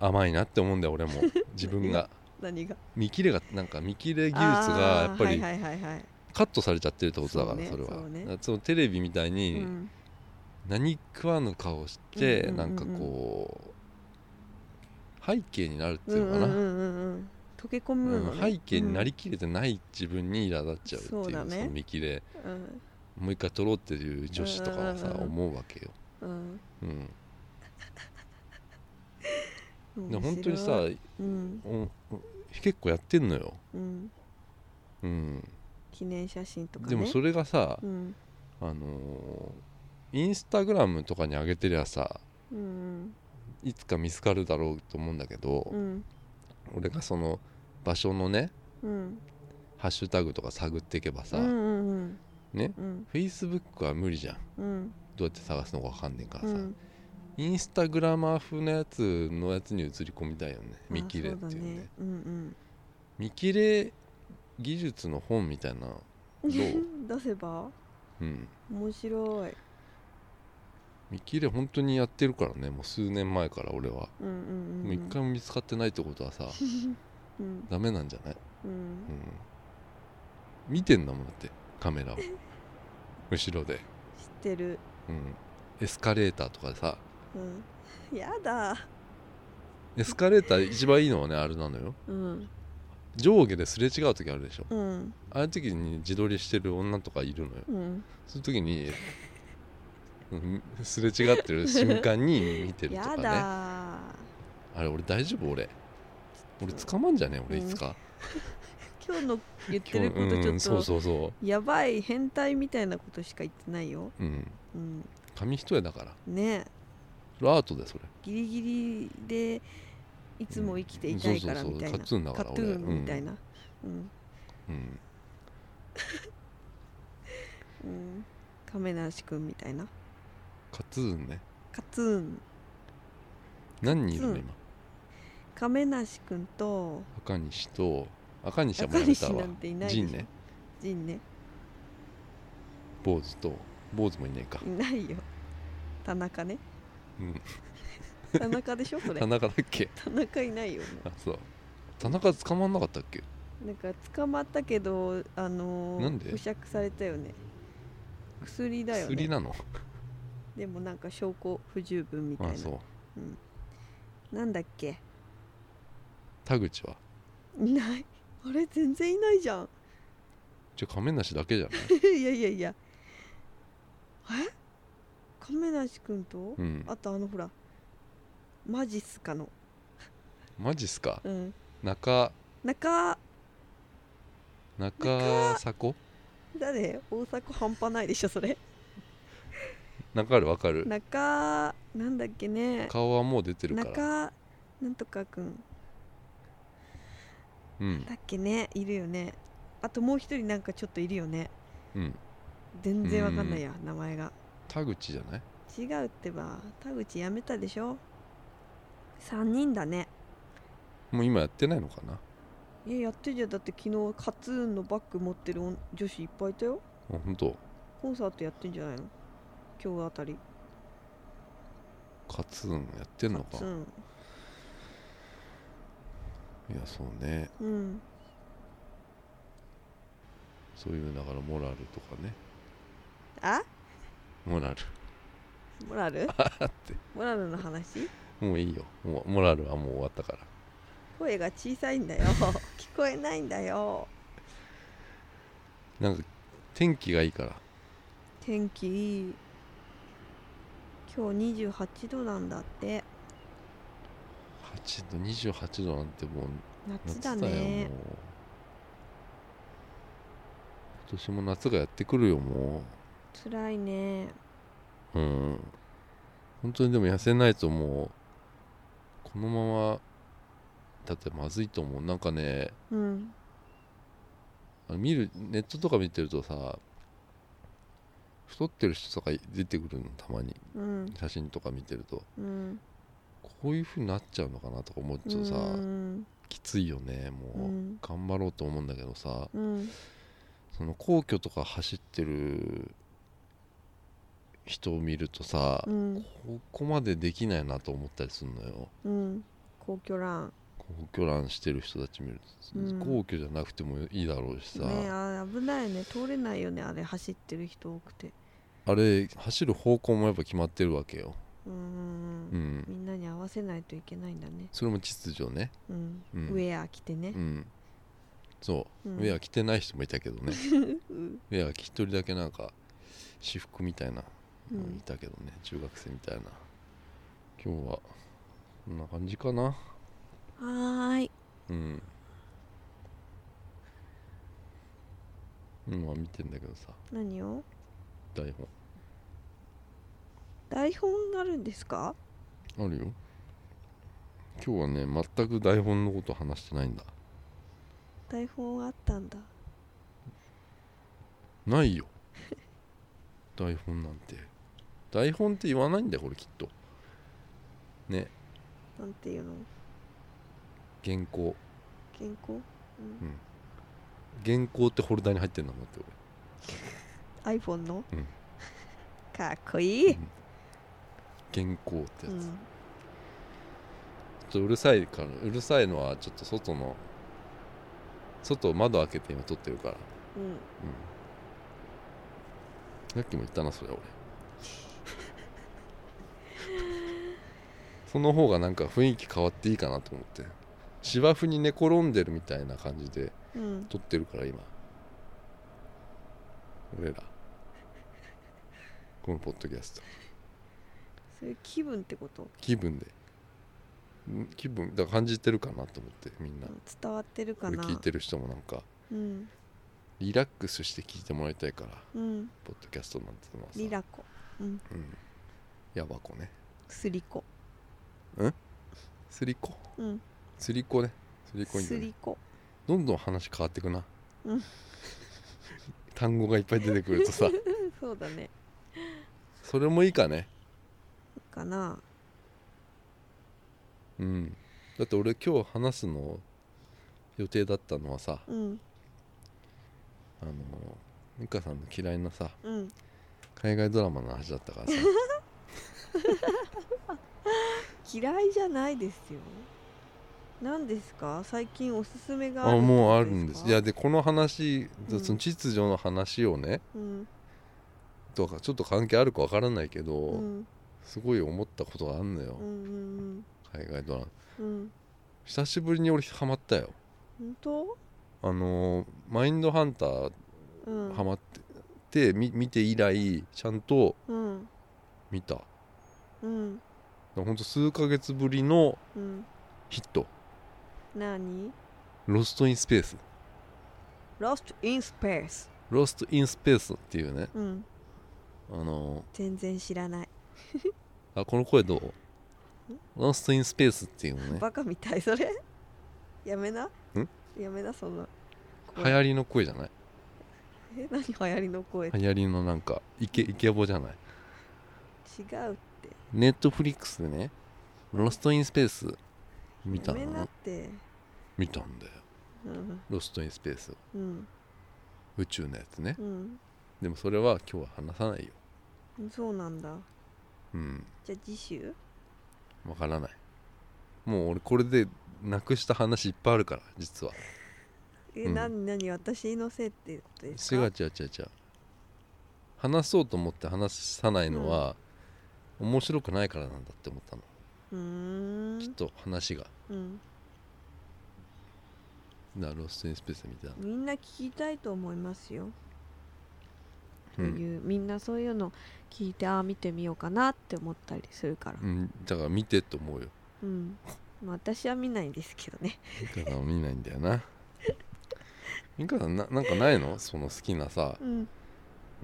A: 甘いなって思うんだよ俺 も自分が
B: 何が
A: 見切れがなんか見切れ技術がやっぱり
B: あーはいはいはいはい
A: カットされちゃってるってことだからそ
B: そ
A: うれ
B: ね
A: は
B: そうね
A: だからそのテレビみたいうに
B: ん
A: 何食わぬ顔して、
B: うんうんうんうん
A: なんかこう背景になるって
B: う
A: い
B: ん
A: う
B: う
A: の
B: ん
A: か
B: う
A: な、
B: んうん溶け込むの
A: う
B: ね
A: ん背景になりきれてない自分に苛立っちゃうっていう,、
B: そうだね
A: の見切れ
B: うん
A: もう一回撮ろうっていう女子とかはさ、
B: うんうんうん
A: 思うわけよ、
B: うん
A: うん、
B: うん
A: で本当に
B: 面
A: さ
B: 白いうん
A: おお結構やってんのよ、
B: うん
A: うん
B: 記念写真とかね
A: でもそれがさ
B: う、ん
A: あのーインスタグラムとかに上げてりゃさ
B: うん
A: いつか見つかるだろうと思うんだけど、
B: うん
A: 俺がその場所のね
B: うん
A: ハッシュタグとか探っていけばさ、
B: うんうん
A: ね
B: うん
A: フェイスブックは無理じゃんど
B: うん
A: うやって探すのか分かんねえから
B: う
A: さ、
B: ん
A: インスタグラマー風のやつのやつに映り込みたいよね見切れっていうね
B: あそうだねうん
A: 見切れ技術の本みたいな、どう
B: 出せば
A: うん、
B: 面白い
A: 見切れ本当にやってるからねもう数年前から俺は、
B: うんうん
A: も
B: う
A: うん一回も見つかってないってことはさ
B: うん
A: ダメなんじゃない、
B: うん
A: うん、見てんだもんだってカ メラを後ろで、
B: 知ってる
A: うん、エスカレーターとかでさ
B: うんやだ
A: エスカレーター一番いいのはねあれなのよ
B: うん
A: 上下ですれ違う時あるでしょ
B: うん
A: ああいう時に自撮りしてる女とかいるのよ
B: うん
A: そういう時に うんすれ違ってる瞬間に見てるとか
B: や
A: ね
B: だ
A: あれ俺大丈夫俺俺捕まんじゃね俺いつか、
B: 今日の言って
A: 今
B: る
A: 日
B: こと
A: うん
B: ちょ
A: そ
B: っ
A: う
B: と
A: そうそ
B: やばい変態みたいなことしか言ってないよ
A: ううん
B: うん
A: 紙一重だから
B: ね
A: それアートだよそれ
B: ギリギリでいつも生きていた
A: そう
B: い
A: そ
B: か
A: う
B: ら
A: そう
B: みたい
A: カ
B: な
A: ッツンだか
B: カ
A: ら
B: ット
A: 俺
B: ゥーンみたいなうん
A: うん、うん
B: うん亀梨君みたいな
A: カッツンね
B: カツーン
A: 何人いるの
B: カッツン
A: 今
B: 亀梨君と
A: 赤西と赤西はもう
B: 中
A: やめた
B: 西
A: わ
B: なんていないでし
A: ジ
B: ょ
A: ンね
B: ジンね
A: 坊主と坊主もいないか
B: いないよ田中ね
A: うん
B: 田中でしょそれ
A: 田中だっけ
B: 田中いないよも
A: あそう田中捕まんなかったっけ
B: うなんか捕まったけどあのー、
A: なんで
B: 保釈されたよね薬だよ
A: 薬
B: ね
A: なの
B: でもなんか証拠不十分みたい
A: あ
B: な
A: そう
B: なんだっけ
A: 田口はい
B: ないあれ全然いないじゃん
A: じゃあ亀梨だけじゃない
B: いやいやいやえ亀梨君と
A: うん
B: あとあのほらマジっすかの、
A: マジっすか
B: うん、
A: 中
B: 中
A: 中迫
B: 誰大阪半端ないでしょそれ
A: 中あるわかる
B: 中なんだっけね
A: 顔はもう出てるから
B: 中なんとかくん
A: うん
B: だっけねいるよねあともう一人なんかちょっといるよね
A: うん
B: 全然わかんないや名前が
A: 田口じゃない
B: 違うってば田口辞めたでしょ3人だね
A: もう今やってないのかない
B: ややってじゃんだって昨日カツーンのバッグ持ってる女女子いっぱいいたよ
A: あ本当
B: コンサートやってんじゃないの今日あたり
A: カツンやってんのか
B: カツーン
A: いやそうね
B: うん
A: そういうだからモラルとかね
B: あ
A: モラル
B: モラル
A: あって
B: モラルの話
A: もういいよもうモラルはもう終わったから
B: 声が小さいんだよ聞こえないんだよ
A: なんか天気がいいから
B: 天気いい今日28度なんだって
A: 8度28度なんてもう
B: 夏
A: 夏
B: だ
A: だよもう
B: ね
A: 今年も夏がやってくるよも
B: 辛いね
A: ううん本当にでも痩せないともうこのままだってまずいと思うなんかね
B: うん
A: あの見るネットとか見てるとさ太ってる人とか出てくるのたまに
B: うん
A: 写真とか見てると
B: うん
A: こういう風になっちゃうのかなとか思うとさ、
B: うん
A: きついよね
B: う
A: もう、
B: ん
A: 頑張ろうと思うんだけどさ
B: うん
A: その皇居とか走ってる人を見るとさ、
B: うん
A: ここまでできないなと思ったりするのよ
B: うん皇居ラン
A: 皇居ランしてる人たち見ると、
B: うん
A: 皇居じゃなくてもいいだろうしさ、
B: ねあ危ないよね通れないよねあれ走ってる人多くて
A: あれ走る方向もやっぱ決まってるわけよ、
B: うんうん
A: う
B: うん
A: ん、
B: みんなに合わせないといけないんだね
A: それも秩序ね
B: うん
A: う
B: ウ
A: ん
B: ェア着てね
A: うんそう、
B: うん
A: ウェア着てない人もいたけどね
B: うん
A: ウェア着一人だけなんか私服みたいな
B: う
A: うん
B: ん
A: いたけどね中学生みたいな今日はこんな感じかな
B: はーい
A: うん今見てんだけどさ
B: 何を
A: 台
B: 台本があるんですか
A: 本あるよ今日はね全く台本のこと話してないんだ
B: 台本あったんだ
A: ないよ 台本なんて台本って言わないんだよこれきっとね
B: なんていうの
A: 原稿
B: 原稿うん
A: 原稿ってフォルダに入ってんだもんって
B: iPhone の、
A: うん
B: かっこいい、
A: 俺原稿って
B: う
A: やつ、ちょっ
B: ん、
A: とうるさいからうるさいのはちょっと外の外窓開けて今撮ってるから、
B: うん、
A: うん、さっきも言ったなそれ俺その方がなんか雰囲気変わっていいかなと思って芝生に寝転んでるみたいな感じで
B: うん、
A: 撮ってるから今俺らこのポッドキャスト
B: そういう気分ってこと、
A: 気分でん気分だから感じてるかなと思ってみん
B: う
A: なん
B: 伝わってる
A: こ
B: か
A: れ
B: な
A: 聞いてる人もなんか
B: うん
A: リラックスして聞いてもらいたいから
B: うん
A: ポッドキャストなんてのはさ
B: リラコうん
A: うん、やばこね
B: スリコ
A: すりこ
B: うん
A: すりこねすりこいいんだ
B: ス
A: よね
B: リコ
A: どんどん話変わってくな、
B: うん
A: 単語がいっぱい出てくると さ
B: うんそうだね
A: それもいいかね
B: かな
A: うんだって俺今日話すの予定だったのはさ
B: うん
A: あの美香さんの嫌いなさ
B: うん
A: 海外ドラマの話だった からさ
B: 嫌いじゃないですよ何ですか最近おすすめが
A: あ
B: る
A: もうあるんですいや
B: か
A: でこの話
B: うん
A: その秩序の話をね、
B: うん
A: とかちょっと関係あるかわからないけど、
B: うん
A: すごい思ったことがあんのよ
B: うんう、ん
A: 海外ドラマ
B: うんうん
A: 久しぶりに俺ハマったよ
B: 本当
A: あのーマインドハンター
B: うん
A: ハマって,、でみ見て以来ちゃんと
B: うん
A: 見ただか
B: うん
A: らほんと数ヶ月ぶりの
B: うん
A: ヒット
B: 何
A: ロストインスペース
B: Lost in Space
A: ロストインスペースっていうね
B: うん
A: あの
B: 全然知らない
A: ーあこの声どうロストインスペースっていうのね
B: バカみたいそれ やめなやめなそんな
A: 流行りの声じゃない
B: え何流行りの声、
A: 流行りのなんかイケイケボじゃない
B: 違うって
A: ネットフリックスでねロストインスペース見た
B: やめなっ
A: の
B: て
A: 見たんだよ
B: うん
A: ロストインスペース
B: うん
A: 宇宙のやつね
B: うん
A: でもそれは今日は話さないよ
B: そうなんだ
A: うん
B: じゃあ次週
A: わからないもう俺これでなくした話いっぱいあるから実は
B: え、
A: うん
B: 何何私のせいってことです
A: 違
B: か
A: う違う違う違う話そうと思って話さないのは、面白くないからなんだって思ったの
B: うー
A: きっ
B: ん、
A: と話が
B: うん、
A: なロストインスペースみたいな
B: みんな聞きたいと思いますよ、
A: う
B: と
A: ん、
B: いうみんなそういうの聞いてああ見てみようかなって思ったりするから
A: うん、だから見てと思うよ
B: うん、まあ、私は見ないんですけどね
A: 美香さんは見ないんだよな美香さんななんかないのその好きなさ
B: うん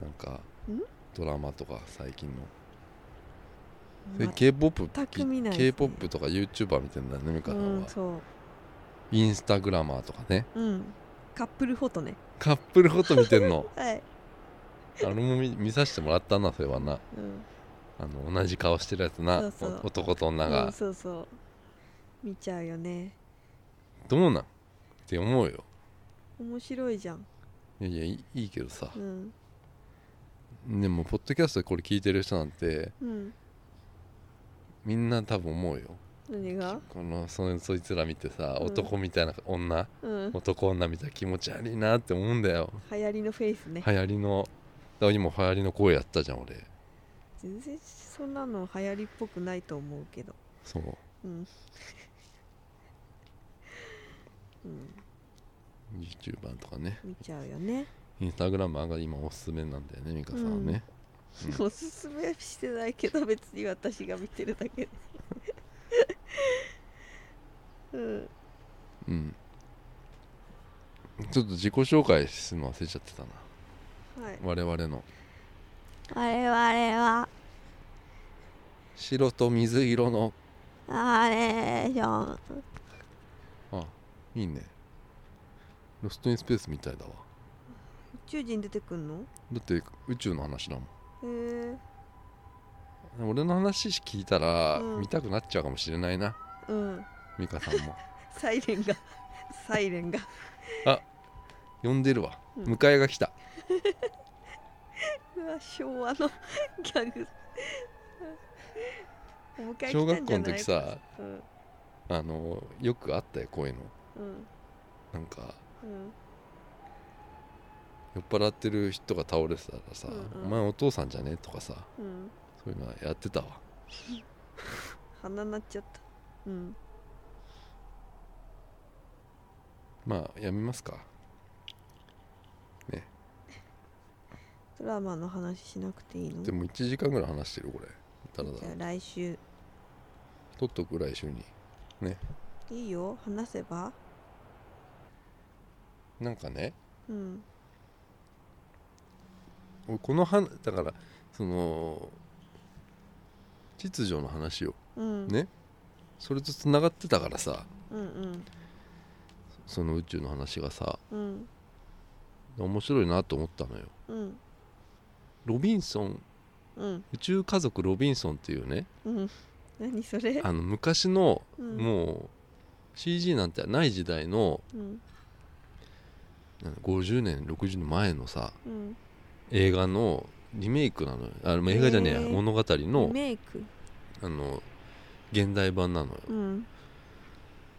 A: なんか
B: ん
A: ドラマとか最近の
B: ま
A: k p o p
B: 全く見ないですね
A: k p o p とか YouTuber みたいなのね美香
B: う
A: さん
B: ん
A: は、
B: そ
A: インスタグラマーとかね
B: ううんカップルフォトね
A: カップルフォト見てん の
B: はい、
A: あれも見見させてもらったなそれはな
B: うん、
A: あの同じ顔してるやつな
B: そうそう
A: お男と女が、
B: うん、そうそう見ちゃうよね
A: どうなんって思うよ
B: 面白いじゃん
A: いやいやいいいいけどさ
B: う、ん
A: でもポッドキャストでこれ聞いてる人なんて
B: うん
A: みんな多分思うよ
B: 何が
A: このそそいつら見てさ
B: うん
A: 男みたいな女、
B: うん流
A: 男女みたいな気持ち悪いなって思うんだよ
B: 行りのフェイスね
A: 流行りのだから今流行りの声やったじゃん俺
B: 全然そんなの流行りっぽくないと思うけど
A: そう
B: うんうん、
A: YouTuber とかね
B: 見ちゃうよね
A: インスタグラマーが今おすすめなんだよね美香さんはね、うん
B: おすすめはしてないけど別に私が見てるだ けでうん
A: うんちょっと自己紹介するの忘れちゃってたな
B: はい
A: 我々の
B: 我々は
A: 白と水色の
B: ナレーション
A: あいいねロストインスペースみたいだわ
B: 宇宙人出てくんの
A: だって宇宙の話だも
B: へえ
A: ん俺の話聞いたら
B: うん
A: 見たくなっちゃうかもしれないな、
B: うん
A: 美香さんも
B: サイレンがサイレンが
A: 呼んでるわ
B: うん
A: 迎えが来た
B: うわ昭和のギャグお迎え来たんじゃない
A: 小学校の時さ
B: うん
A: あのよくあったよこういうの
B: うん
A: なんか
B: うん
A: 酔っ払ってる人が倒れてたらさ
B: うんうん
A: お前お父さんじゃね?」とかさ
B: うん
A: そういうのはやってたわ
B: 鼻なっちゃったうん
A: まあやめますか
B: ドラマの話しなくていいの
A: でも1時間ぐらい話してるこれだら
B: じ
A: だ
B: ゃ
A: ら
B: あ来週
A: 取っとく来週に
B: いいよ話せば
A: なんかね
B: うん
A: 俺このはだからその秩序の話を
B: うん、
A: ねそれとつながってたからさ
B: うんうん
A: その宇宙の話がさ
B: うん
A: 面白いなと思ったのよ
B: うん
A: ロビンソン
B: うん
A: 宇宙家族ロビンソンっていうね
B: うん何それ
A: あの昔の
B: うん
A: もう CG なんてない時代の
B: うん
A: なんか50年60年前のさ
B: うん
A: 映画のリメイクなのよあの映画じゃねえや
B: へえ
A: 物語の
B: メイク
A: あの現代版なのよ
B: うん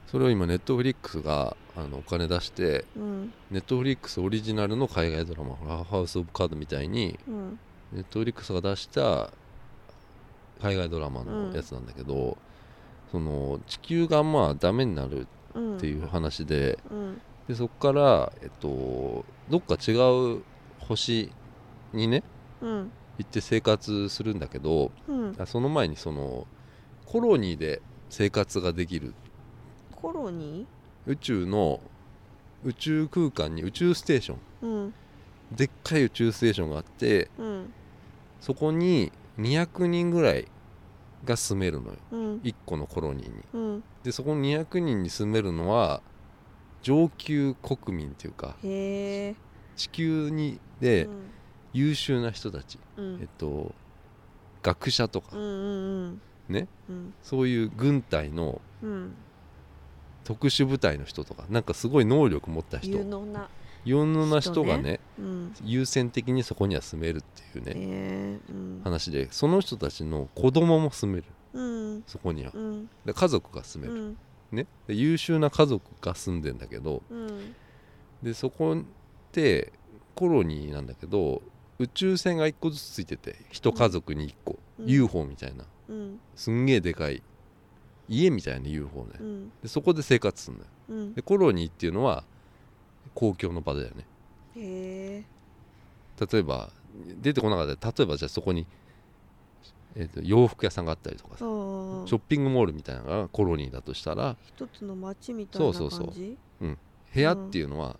A: それを今ネットフリックスがあのお金出して
B: うん
A: ネットフリックスオリジナルの海外ドラマほらハウス・オブ・カードみたいに
B: うん
A: ネットフリックスが出した海外ドラマのやつなんだけど、その地球がまあダメになる
B: うん
A: っていう話で,、
B: うん
A: でそこから、えっと、どっか違う星にね
B: うん
A: 行って生活するんだけど
B: うん
A: あその前にそのコロニーで生活ができる
B: コロニ
A: 宇宙の宇宙空間に宇宙ステーション
B: ーうん
A: でっかい宇宙ステーションがあって
B: うん
A: そこに200人ぐらいが住めるのよ
B: うん
A: 1個のコロニーに
B: うん
A: でそこの200人に住めるのは上級国民というか
B: へえ
A: 地球にで
B: うん
A: 優秀な人たち、
B: うん
A: えっと学者とか、
B: うんうんうん
A: ね
B: うん
A: そういう軍隊の
B: うん
A: 特殊部隊の人とかなんかすごい能力持った人
B: 有能な
A: 有能な人が
B: 人
A: ね
B: うん
A: 優先的にそこには住めるっていうね、
B: へえうん
A: 話でその人たちの子供も住める
B: うん
A: そこには
B: うん
A: で家族が住
B: う
A: める、
B: ん
A: ね、で優秀な家族が住んでんだけど
B: うん
A: でそこってコロニーなんだけど宇宙船が1個ずつついてて一家族に1個、
B: うん
A: UFO みたいな
B: うん
A: すんげえでかい家みたいな UFO ね、
B: うん
A: でそこで生活するのよ
B: うん
A: でコロニーっていうのは公共の場だよね
B: へえ
A: 例えば出てこなかったら例えばじゃあそこに、えーと洋服屋さんがあったりとかさ
B: そう
A: ショッピングモールみたいなのがコロニーだとしたら
B: 一つの町みたいな
A: そ
B: 感
A: うそうそう
B: じ
A: 部屋っていうのは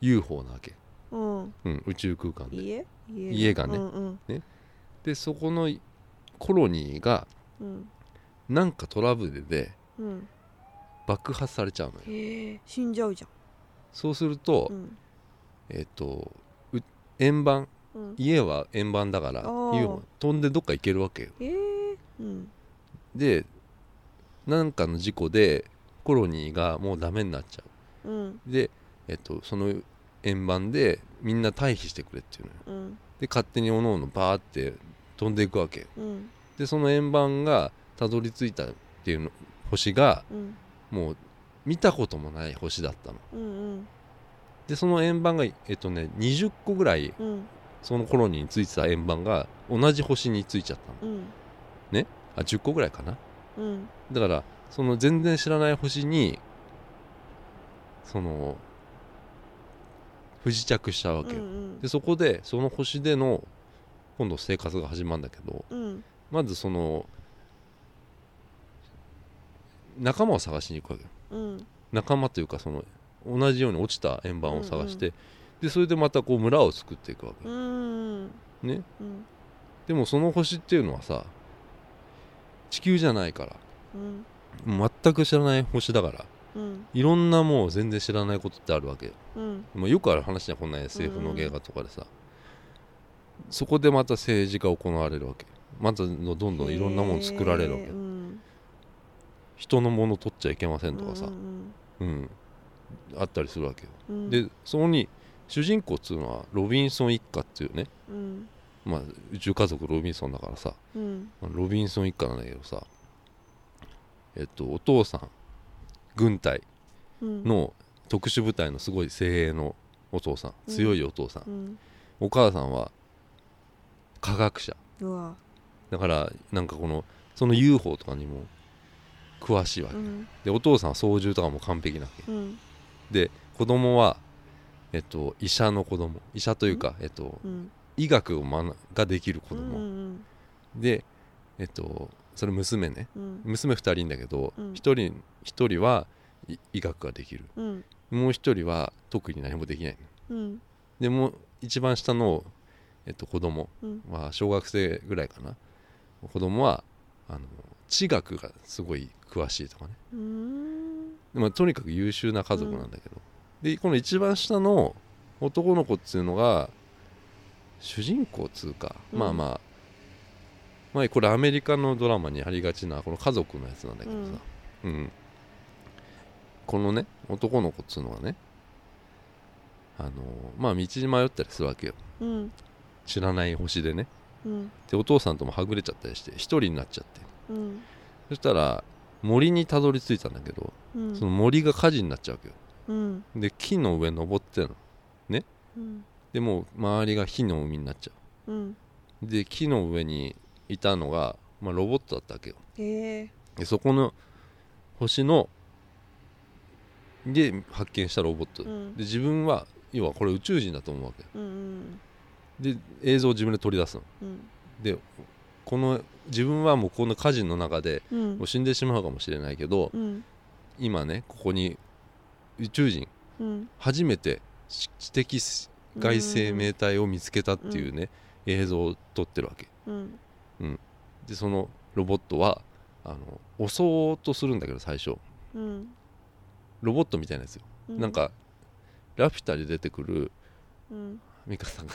A: UFO なわけ、
B: うん
A: うん、宇宙空間で
B: 家家
A: 家がね
B: うんうん
A: でそこのコロニーが
B: うん
A: なんかトラブルで
B: うん
A: 爆発されちゃうのよ
B: へえ死んじゃうじゃん
A: そうすると,、
B: うん
A: えっとう円盤
B: うん
A: 家は円盤だから
B: あー
A: UFO 飛んでどっか行けるわけよ
B: へえうん
A: でなんかの事故でコロニーがもうダメになっちゃ
B: うん
A: うで、えっと、その円盤でみんな退避してくれっていうのよ
B: うん
A: で勝手におのおのバーって飛んでいくわけよ
B: うん
A: でその円盤がたどり着いたっていうの星が
B: うん
A: もう見たこともない星だったの
B: うん
A: でその円盤がえっとね20個ぐらい
B: うんうん
A: その頃についてた円盤が同じ星についちゃったの
B: うん
A: あ10個ぐらいかな
B: うん
A: だからその全然知らない星にその不時着したわ
B: うんう
A: けよ、
B: ん
A: でそこでその星での今度生活が始まるんだけど
B: うん
A: まずその仲間を探しに行くわけよ
B: うん
A: 仲間というかその同じように落ちた円盤を探して、でそれでまたこう村を作っていくわけ
B: う
A: よ、
B: ん
A: ね
B: うん
A: でもその星っていうのはさ地球じゃないから
B: うん
A: 全く知らない星だから
B: うん
A: いろんなもう全然知らないことってあるわけよ、
B: うん
A: まあ、よくある話じゃんこんな SF の映画とかでさ、そこでまた政治が行われるわけまたどんどんいろんなもの作られるわけ
B: へえうん
A: 人のもの取っちゃいけませんとかさ、
B: うん
A: うんあったりするわけよ、
B: うん
A: でそこに主人公っつうのはロビンソン一家っていうね、
B: うん
A: まあ、宇宙家族ロビンソンだからさ
B: うん
A: まあロビンソン一家なんだけどさえっとお父さん軍隊
B: うん
A: の特殊部隊のすごい精鋭のお父さん
B: うん
A: 強いお父さん、
B: うん
A: お母さんは科学者
B: うわ
A: だからなんかこのその UFO とかにも詳しいわけ、
B: うん
A: でお父さんは操縦とかも完璧なわけ
B: うん
A: で子供はえっと医者の子供医者というか、えっと、
B: うん
A: 医学を学ができる子
B: う
A: 供、
B: ん
A: でえっとそれ娘ね
B: うん
A: 娘2人いるんだけど、
B: うん
A: 一人一人はい医学ができる
B: うん
A: もう一人は特に何もできない
B: うん
A: でもう一番下の、えっと、子供
B: うん
A: は小学生ぐらいかな子供はあの地学がすごい詳しいとかね、
B: うん
A: まあ、とにかく優秀な家族なんだけど、でこの一番下の男の子っつうのが主人公っつうか、
B: うん
A: まあまあまあこれアメリカのドラマにありがちなこの家族のやつなんだけどさ、うんこのね男の子っつうのはねあのまあ道に迷ったりするわけよ
B: うん
A: 知らない星でね
B: うん
A: でお父さんともはぐれちゃったりして一人になっちゃって
B: うん
A: そしたら森にたどり着いたんだけど
B: うん
A: その森が火事になっちゃうわけよ
B: うん
A: で木の上登ってんの
B: うん
A: でもう周りが火の海になっちゃ
B: うん
A: うで木の上にいたのが、まあ、ロボットだったわけよ
B: へえ
A: でそこの星ので発見したロボット、
B: う
A: で
B: ん
A: 自分は要はこれ宇宙人だと思うわけよ
B: うんうん
A: で映像を自分で取り出すの
B: うん
A: でこの自分はもうこの火事の中で
B: うん
A: もう死んでしまうかもしれないけど、
B: うん
A: 今ねここに宇宙人
B: うん
A: 初めて知知的外生命体を見つけたっていうね、映像を撮ってるわけ
B: うん
A: でそのロボットはあの襲おうとするんだけど最初
B: うん
A: ロボットみたいなやつよ、
B: う
A: なんかラピュタで出てくる
B: うん
A: ミカさんが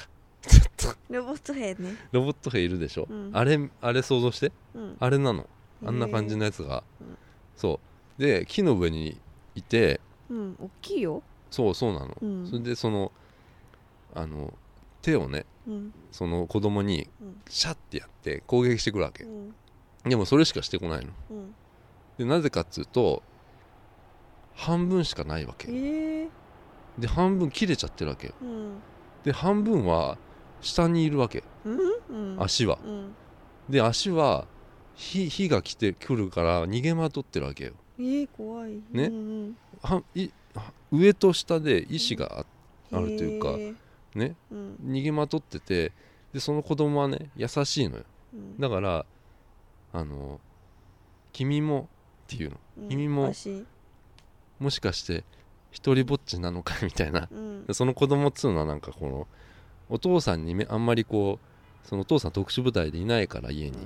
B: ロボット兵ね
A: ロボット兵いるでしょ、
B: うん
A: あれあれ想像して
B: うん
A: あれなのあんな感じのやつが、
B: へーうん
A: そうで木の上にいて
B: うん大きいよ
A: そうそうなの、
B: うん
A: それでそのあの手をね
B: うん
A: その子供に
B: うん
A: シャッてやって攻撃してくるわ
B: う
A: け
B: ん
A: でもそれしかしてこないの
B: うん
A: でなぜかっつうと半分しかないわけ
B: へえ
A: で半分切れちゃってるわけよ
B: うん
A: で半分は下にいるわけ
B: うんうん
A: 足は
B: うん
A: で足は火火が来てくるから逃げまとってるわけよ
B: ええ怖い
A: ね
B: うん
A: はいは上と下で意志があっ
B: うん
A: あるというか
B: へえ
A: ね
B: うん
A: 逃げまとっててでその子供はね優しいのよ
B: うん
A: だからあの君もっていうの
B: うん
A: 君も
B: 足
A: もしかして一人ぼっちなのかみたいな
B: うん
A: でその子供っつうのはなんかこのお父さんにめあんまりこうそのお父さん特殊部隊でいないから家に、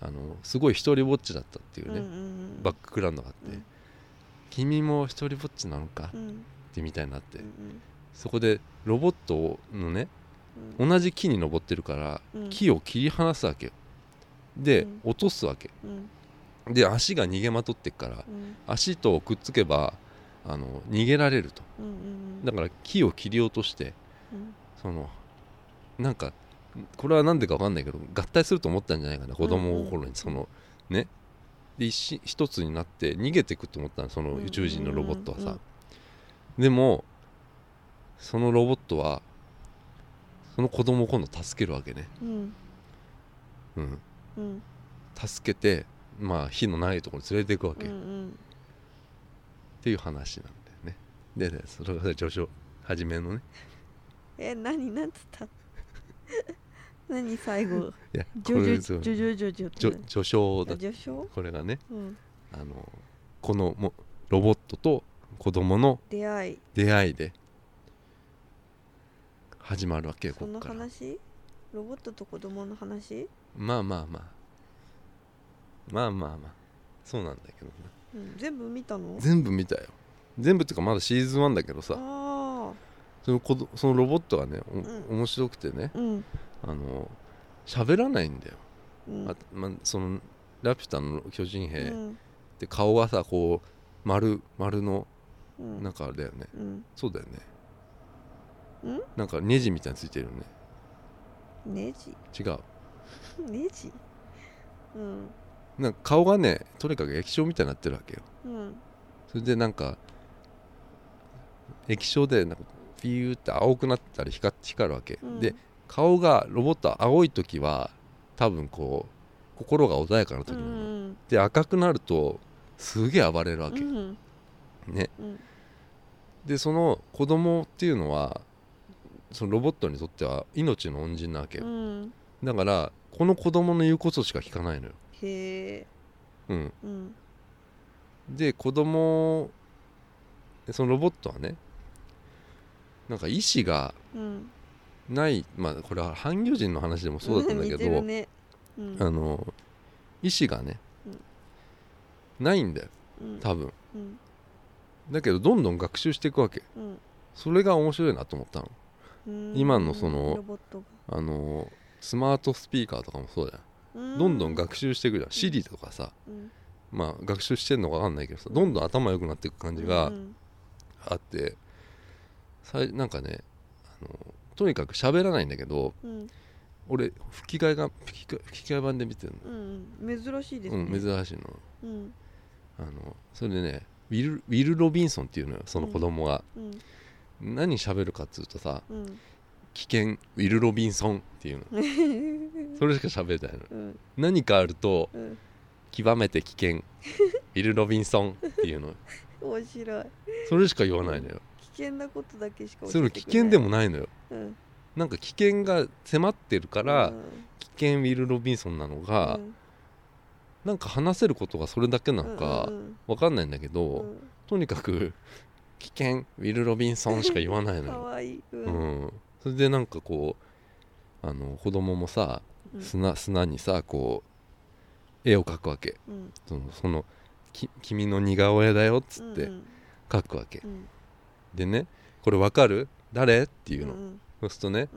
A: あのすごい一人ぼっちだったっていう
B: うんう
A: ね、
B: んうん
A: バックグラウンドがあって、
B: うん
A: 君も一人ぼっちなのか
B: う
A: っ
B: ん
A: てみたいになって、
B: うん
A: そこでロボットのね
B: うん
A: 同じ木に登ってるから、
B: うん
A: 木を切り離すわけよで、
B: うん
A: 落とすわけ
B: うん
A: で足が逃げまとってっから
B: うん
A: 足とくっつけばあの逃げられると
B: うんうん
A: だから木を切り落として
B: うん
A: そのなんかこれは何でか分かんないけど合体すると思ったんじゃないかな子供心にそのねで一し一つになって逃げてくと思ったのその宇宙人のロボットは
B: うんうん
A: さ
B: うん
A: でもそのロボットはその子供を今度助けるわけね、
B: うん
A: うん、
B: うん
A: 助けてまあ火のないところに連れていくわ
B: う
A: け、っ
B: ん
A: ていう話なんだよねででそれが序章初めのね
B: え何なんつった 何最後
A: いや
B: ジ
A: これ
B: ョ
A: す
B: ジ
A: ご
B: ョ
A: い
B: ジョジョジ
A: 序
B: ョジョって
A: 序章だ
B: 何あ序章
A: これがね
B: うん
A: あのこのもロボットと子供の
B: 出会い
A: 出会いで始まるわけよ
B: そ
A: こ
B: の
A: っから
B: 話ロボットと子供の話
A: まあまあまあまあまあまあそうなんだけどな
B: うん全部見たの
A: 全部見たよ全部っていうかまだシーズン1だけどさ
B: あ
A: その子どそのロボットがね、お
B: ん
A: 面白くてね
B: あうん
A: あの喋らないんだよ、
B: うん
A: あまそのラピュタの巨人兵
B: う
A: っ
B: ん
A: て顔がさこう丸丸の
B: うん
A: なんかあれだよね
B: うん
A: そうだよね
B: ん
A: なんかネジみたいについてるよね
B: ネ ジ
A: 違う
B: ネジうん
A: なんか顔がねとにかく液晶みたいになってるわけよ
B: うん
A: それでなんか液晶でなんかピューって青くなったり光っ光るわけ、
B: うん
A: で顔がロボット青い時は多分こう心が穏やかな
B: う
A: 時なの、
B: ん
A: で赤くなるとすげえ暴れるわ
B: うんう
A: け、
B: ん
A: ね
B: うん
A: でその子供っていうのはそのロボットにとっては命の恩人なわけ
B: う
A: よ、
B: ん
A: だからこの子供の言うことしか聞かないのよ、
B: へえ
A: うん、
B: うん
A: で子供そのロボットはねなんか意志が
B: うん
A: ないまあこれは半魚人の話でもそうだったんだけ
B: 似て
A: ど、
B: るねうん
A: あの意志がね、
B: うん
A: ないんだよ
B: うん
A: 多分
B: うん
A: だけどどんどん学習していくわけ
B: うん
A: それが面白いなと思ったの
B: うん
A: 今のその
B: ロボットが
A: あのスマートスピーカーとかもそうだよど
B: ど
A: んどん学習していくじゃん Siri とかさ
B: うん
A: まあ学習してんのか分かんないけどさどんどん頭良くなっていく感じが
B: うん
A: あってさいなんかねあのとにかく喋らないんだけど
B: うん
A: 俺吹き替えが吹き替え吹き替え版で見てるの、
B: うんうん珍しいです
A: う
B: ね
A: ん、珍しいの
B: うん
A: あのそれでねウィルウィル・ロビンソンっていうのよその子供が、
B: うん
A: 何喋るかっつうとさ
B: うん
A: 「危険ウィル・ロビンソン」っていうの
B: うん
A: それしか喋れないの
B: うん
A: 何かあると
B: うん
A: 極めて危険 ウィル・ロビンソンっていうの
B: 面白い
A: それしか言わないのよ
B: 危険なことだけしか
A: それ危険で
B: も
A: もないのよ
B: うん
A: なんか危険が迫ってるか
B: う
A: ら
B: ん
A: 危険ウィル・ロビンソンなのが
B: うん
A: なんか話せることがそれだけなのか
B: うん
A: わかんないんだけ
B: うん
A: どとにかく 「危険ウィル・ロビンソン」しか言わな
B: う
A: い
B: ん
A: の
B: か
A: よ。
B: わいいうん
A: うん、それでなんかこうあの子供もさ
B: うん
A: 砂砂にさこう絵を描くわけ
B: うん
A: そのそのき君の似顔絵だよ」っつって
B: うん
A: 描くわけ、
B: うん
A: でね「これわかる誰?」っていうの、
B: うん
A: そうするとね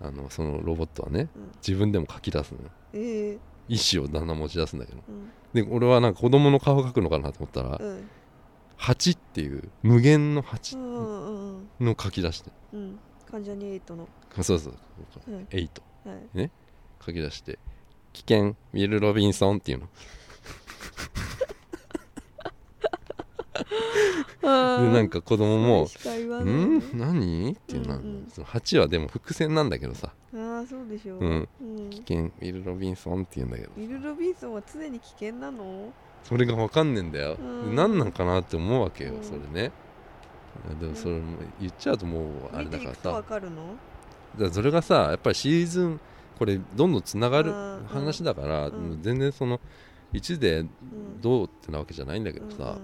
B: うん
A: あのそのロボットはね
B: うん
A: 自分でも描き出すのよ
B: ええ
A: 意思をだんだん持ち出すんだけど
B: うん
A: で俺はなんか子供の顔描くのかなと思ったら
B: うん
A: 「蜂」っていう無限の
B: う
A: 蜂
B: んうんうん
A: の描き出して
B: うん関ジャニエイトの
A: そうそうそう
B: うん
A: エイト
B: はい
A: 書き出して「危険ウィル・ロビンソン」っていうのでなんか子供も
B: それしか言
A: 「
B: わ
A: う
B: ない
A: ん
B: ね
A: 何?」っていうのは、
B: うんうん
A: その8はでも伏線なんだけどさ
B: ああそうでしょ
A: うん
B: う
A: 「
B: ん
A: 危険ウィル・ロビンソン」っていうんだけど
B: ウィル・ロビンソンは常に危険なの
A: それが分かんねえんだよ、
B: うん
A: で何なんかなって思うわけよ、
B: うん
A: それねでもそれも言っちゃうともうあれ
B: 見
A: だ
B: てい
A: から
B: く
A: さ
B: とわかるの
A: だからそれがさやっぱりシーズンこれどんどんつながる
B: うん
A: 話だから、
B: うん
A: 全然その1で
B: うん
A: どうってなわけじゃないんだけ
B: うん
A: ど
B: うん
A: さ、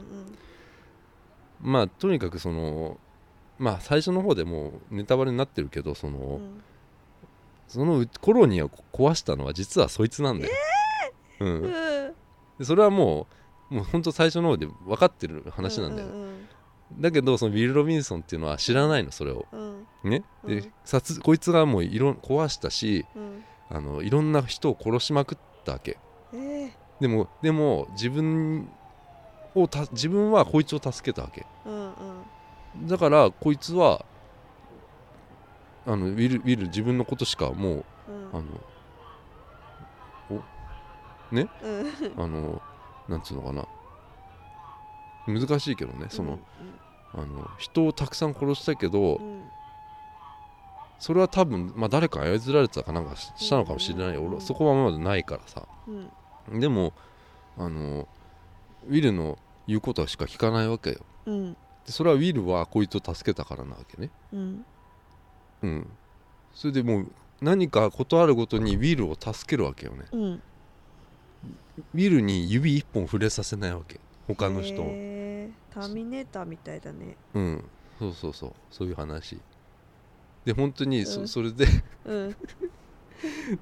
A: まあとにかくそのまあ最初の方でもうネタバレになってるけどその、
B: うんうん
A: そのコロニーを壊したのは実はそいつなんだよ、
B: う
A: うん
B: ん
A: で、それはもうもうほんと最初の方で分かってる話なんだよ、
B: ううん
A: だけどそのビル・ロビンソンっていうのは知らないのそれを
B: うん
A: ねで、
B: うん
A: 殺こいつがもういろん壊したし
B: うん
A: あのいろんな人を殺しまくったわけ
B: ええ
A: でもでも自分をた自分はこいつを助けたわけ
B: うんうん
A: だからこいつはあのウィルウィル自分のことしかも
B: うん
A: うあの
B: うん
A: あのなんつうのかな難しいけどねその、あの人をたくさん殺したけど、
B: うんうん
A: それは多分、まあ、誰か操られてたかなんかししたのかもしれないよ、
B: うん
A: 俺そこはまだないからさ
B: うん
A: でもあのウィルの言うことしか聞かないわけよ
B: うん
A: でそれはウィルはこいつを助けたからなわけね
B: うん
A: うんそれでもう何か事あるごとにウィルを助けるわけよね
B: うん
A: ウィルに指一本触れさせないわけ他の人を
B: へえターミネーターみたいだね
A: うんそうそうそうそういう話で本当にそ,、
B: うん
A: それで
B: うん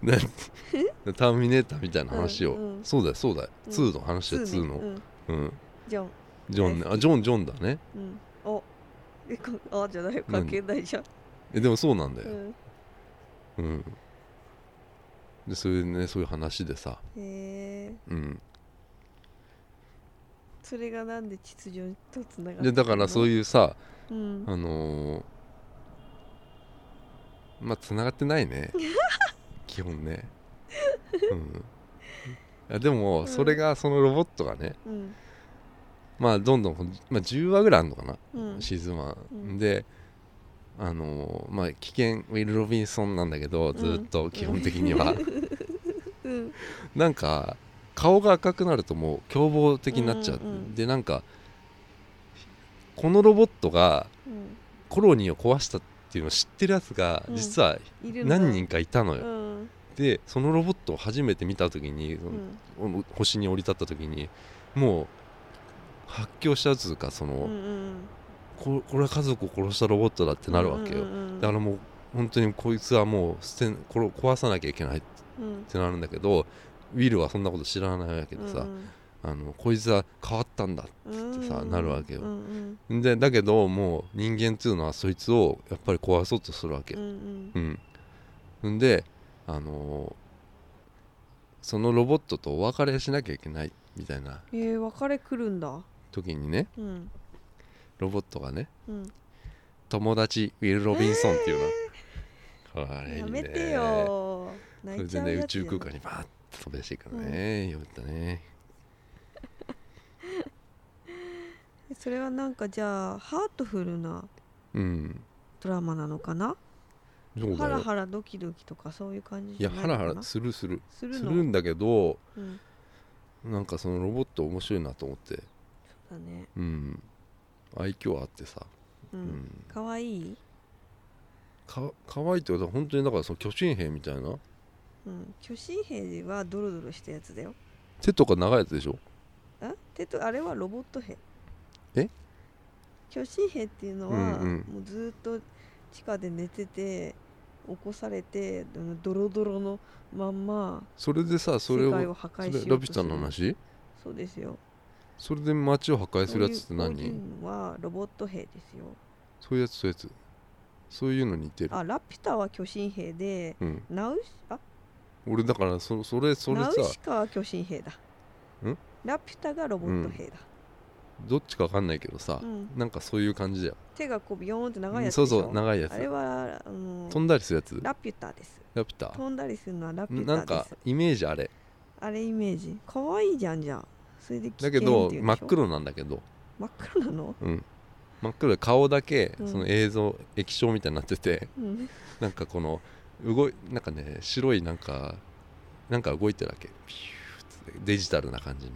A: なんてターミネーターみたいな話を、
B: うんうん
A: そうだよそうだよ、
B: うん
A: 2の話だよ
B: ツー
A: 2
B: ね
A: の、
B: うん
A: うん、
B: ジョン
A: ジョンねあジョンジョンだね
B: うんおえかあじゃない関係ないじゃん
A: えでもそうなんだ
B: う
A: よ、
B: ん
A: うんでそれでねそういう話でさ、
B: へえ
A: うん、
B: それがなんで秩序とつなが
A: でだからそう
B: う、
A: いうさ
B: うん、
A: あのーまあつながってない ね基本ね、うんいや、で
B: う
A: も
B: ん
A: それがそのロボットがね
B: うん
A: まあどんどん、まあ、10話ぐらいあるのかな、
B: うん
A: シーズン1、
B: うん
A: であのーまあ危険ウィル・ロビンソンなんだけどずっと基本的には、
B: うん
A: なんか顔が赤くなるともう凶暴的になっちゃう、
B: うんうん
A: でなんかこのロボットが
B: うん
A: コロニーを壊したっていうのを知ってるやつが
B: うん
A: 実はい
B: るんだ
A: 何人かいたのよ、
B: うん
A: でそのロボットを初めて見た時に、
B: うん
A: 星に降り立った時にもう発狂したつうかその、
B: うんうん
A: ここれは家族を殺したロボットだってなるわけよ、
B: うんうんうん
A: だからもう本当にこいつはもう捨てんこれを壊さなきゃいけないっ
B: うん
A: てなるんだけどウィルはそんなこと知らないわけでさ、あのこいつは変わったんだ
B: うん
A: ってさなるわけよ
B: うんうん
A: でだけどもう人間っていうのはそいつをやっぱり壊そうとするわけ
B: うんうん
A: うん、んであのーそのロボットとお別れしなきゃいけないみたいな
B: えー、別れ来るんだ
A: 時にね
B: うん
A: ロボットがね
B: うん
A: 「友達ウィル・ロビンソン」っていうの、これいいね
B: やめてよ
A: そ
B: 泣
A: れ
B: いち
A: で
B: ゃう
A: ね
B: や
A: 宇
B: つじゃ
A: 宙空
B: ん
A: 間にバーッと飛び出していくのね、よかったね
B: それはなんかじゃあハートフルな
A: うん
B: ドラマなのかな
A: そう
B: ハ
A: だ
B: ラ
A: よ
B: ハラドキドキとかそういう感じ
A: い
B: じゃ
A: や
B: ない
A: ハ
B: の
A: ラ
B: かな
A: ハラするする
B: する
A: す
B: の
A: るんだけど
B: うん
A: なんかそのロボット面白いなと思って
B: だね
A: うん愛嬌あってさ、
B: う
A: うんん、
B: 可愛、いい、
A: か可愛いってことは本当にだからその巨神兵みたいな
B: うん、巨神兵はドロドロしたやつだよ
A: 手とか長いやつでしょ
B: あ手とあれはロボット兵
A: え
B: 巨神兵っていうのは、
A: うんうん
B: もうずっと地下で寝てて起こされてうんドロドロのまんま
A: それでさそれ
B: 世
A: を
B: 界を破壊しよう
A: そ
B: とす
A: れ
B: る
A: ラピュタの話
B: そうですよ
A: それで街を破壊するやつって何
B: こういうこういうのはロボット兵ですよ
A: そういうやつそういうやつそういうの似てる
B: あラピュタは巨神兵で
A: うん
B: ナウシあ
A: 俺だからそそれそれ
B: ナ
A: さ
B: ウシカは巨神兵だ
A: ん
B: ラピュタがロボット兵だ、
A: どっちかわかんないけどさ
B: うん
A: なんかそういう感じだよ
B: 手がこうビヨーンって長い
A: うん
B: やつ
A: そう
B: でしょ
A: そう長いやつ
B: あれはあの
A: 飛んだりするやつ
B: ラピュタです
A: ラピュタ
B: 飛んだりするのはラピ
A: な
B: ュ
A: ん
B: タで
A: か
B: す
A: イメージあれ
B: あれイメージ可愛いじゃんじゃんそれで危険
A: だけど
B: っていうでしょ
A: 真っ黒なんだけど
B: 真っ黒なの
A: うん真っ黒で顔だけ
B: うん
A: その映像液晶みたいになってて
B: うん
A: なんかこの動いなんかね白いなんかなんか動いてるだけピューってデジタルな感じの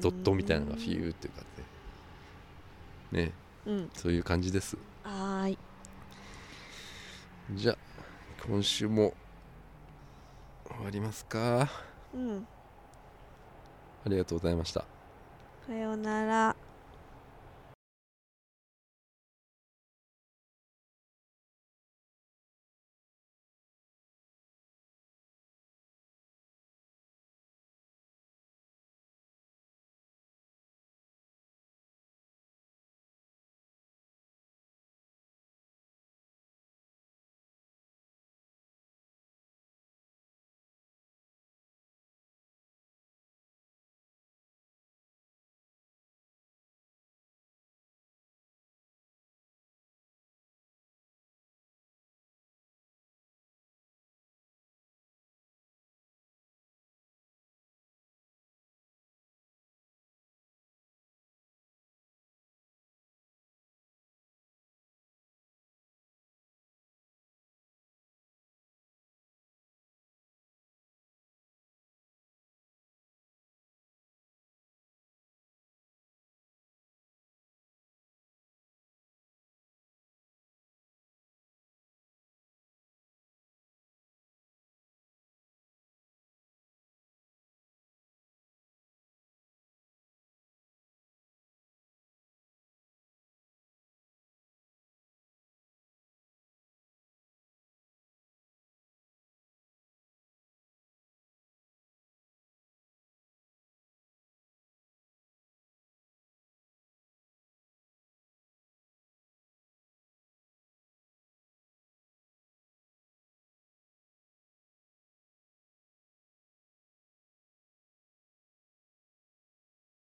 A: ドットみたいなのがフィューっていうかってね
B: うん
A: そういう感じです
B: はーい
A: じゃあ今週も終わりますか
B: うん
A: ありがとうございました
B: さようなら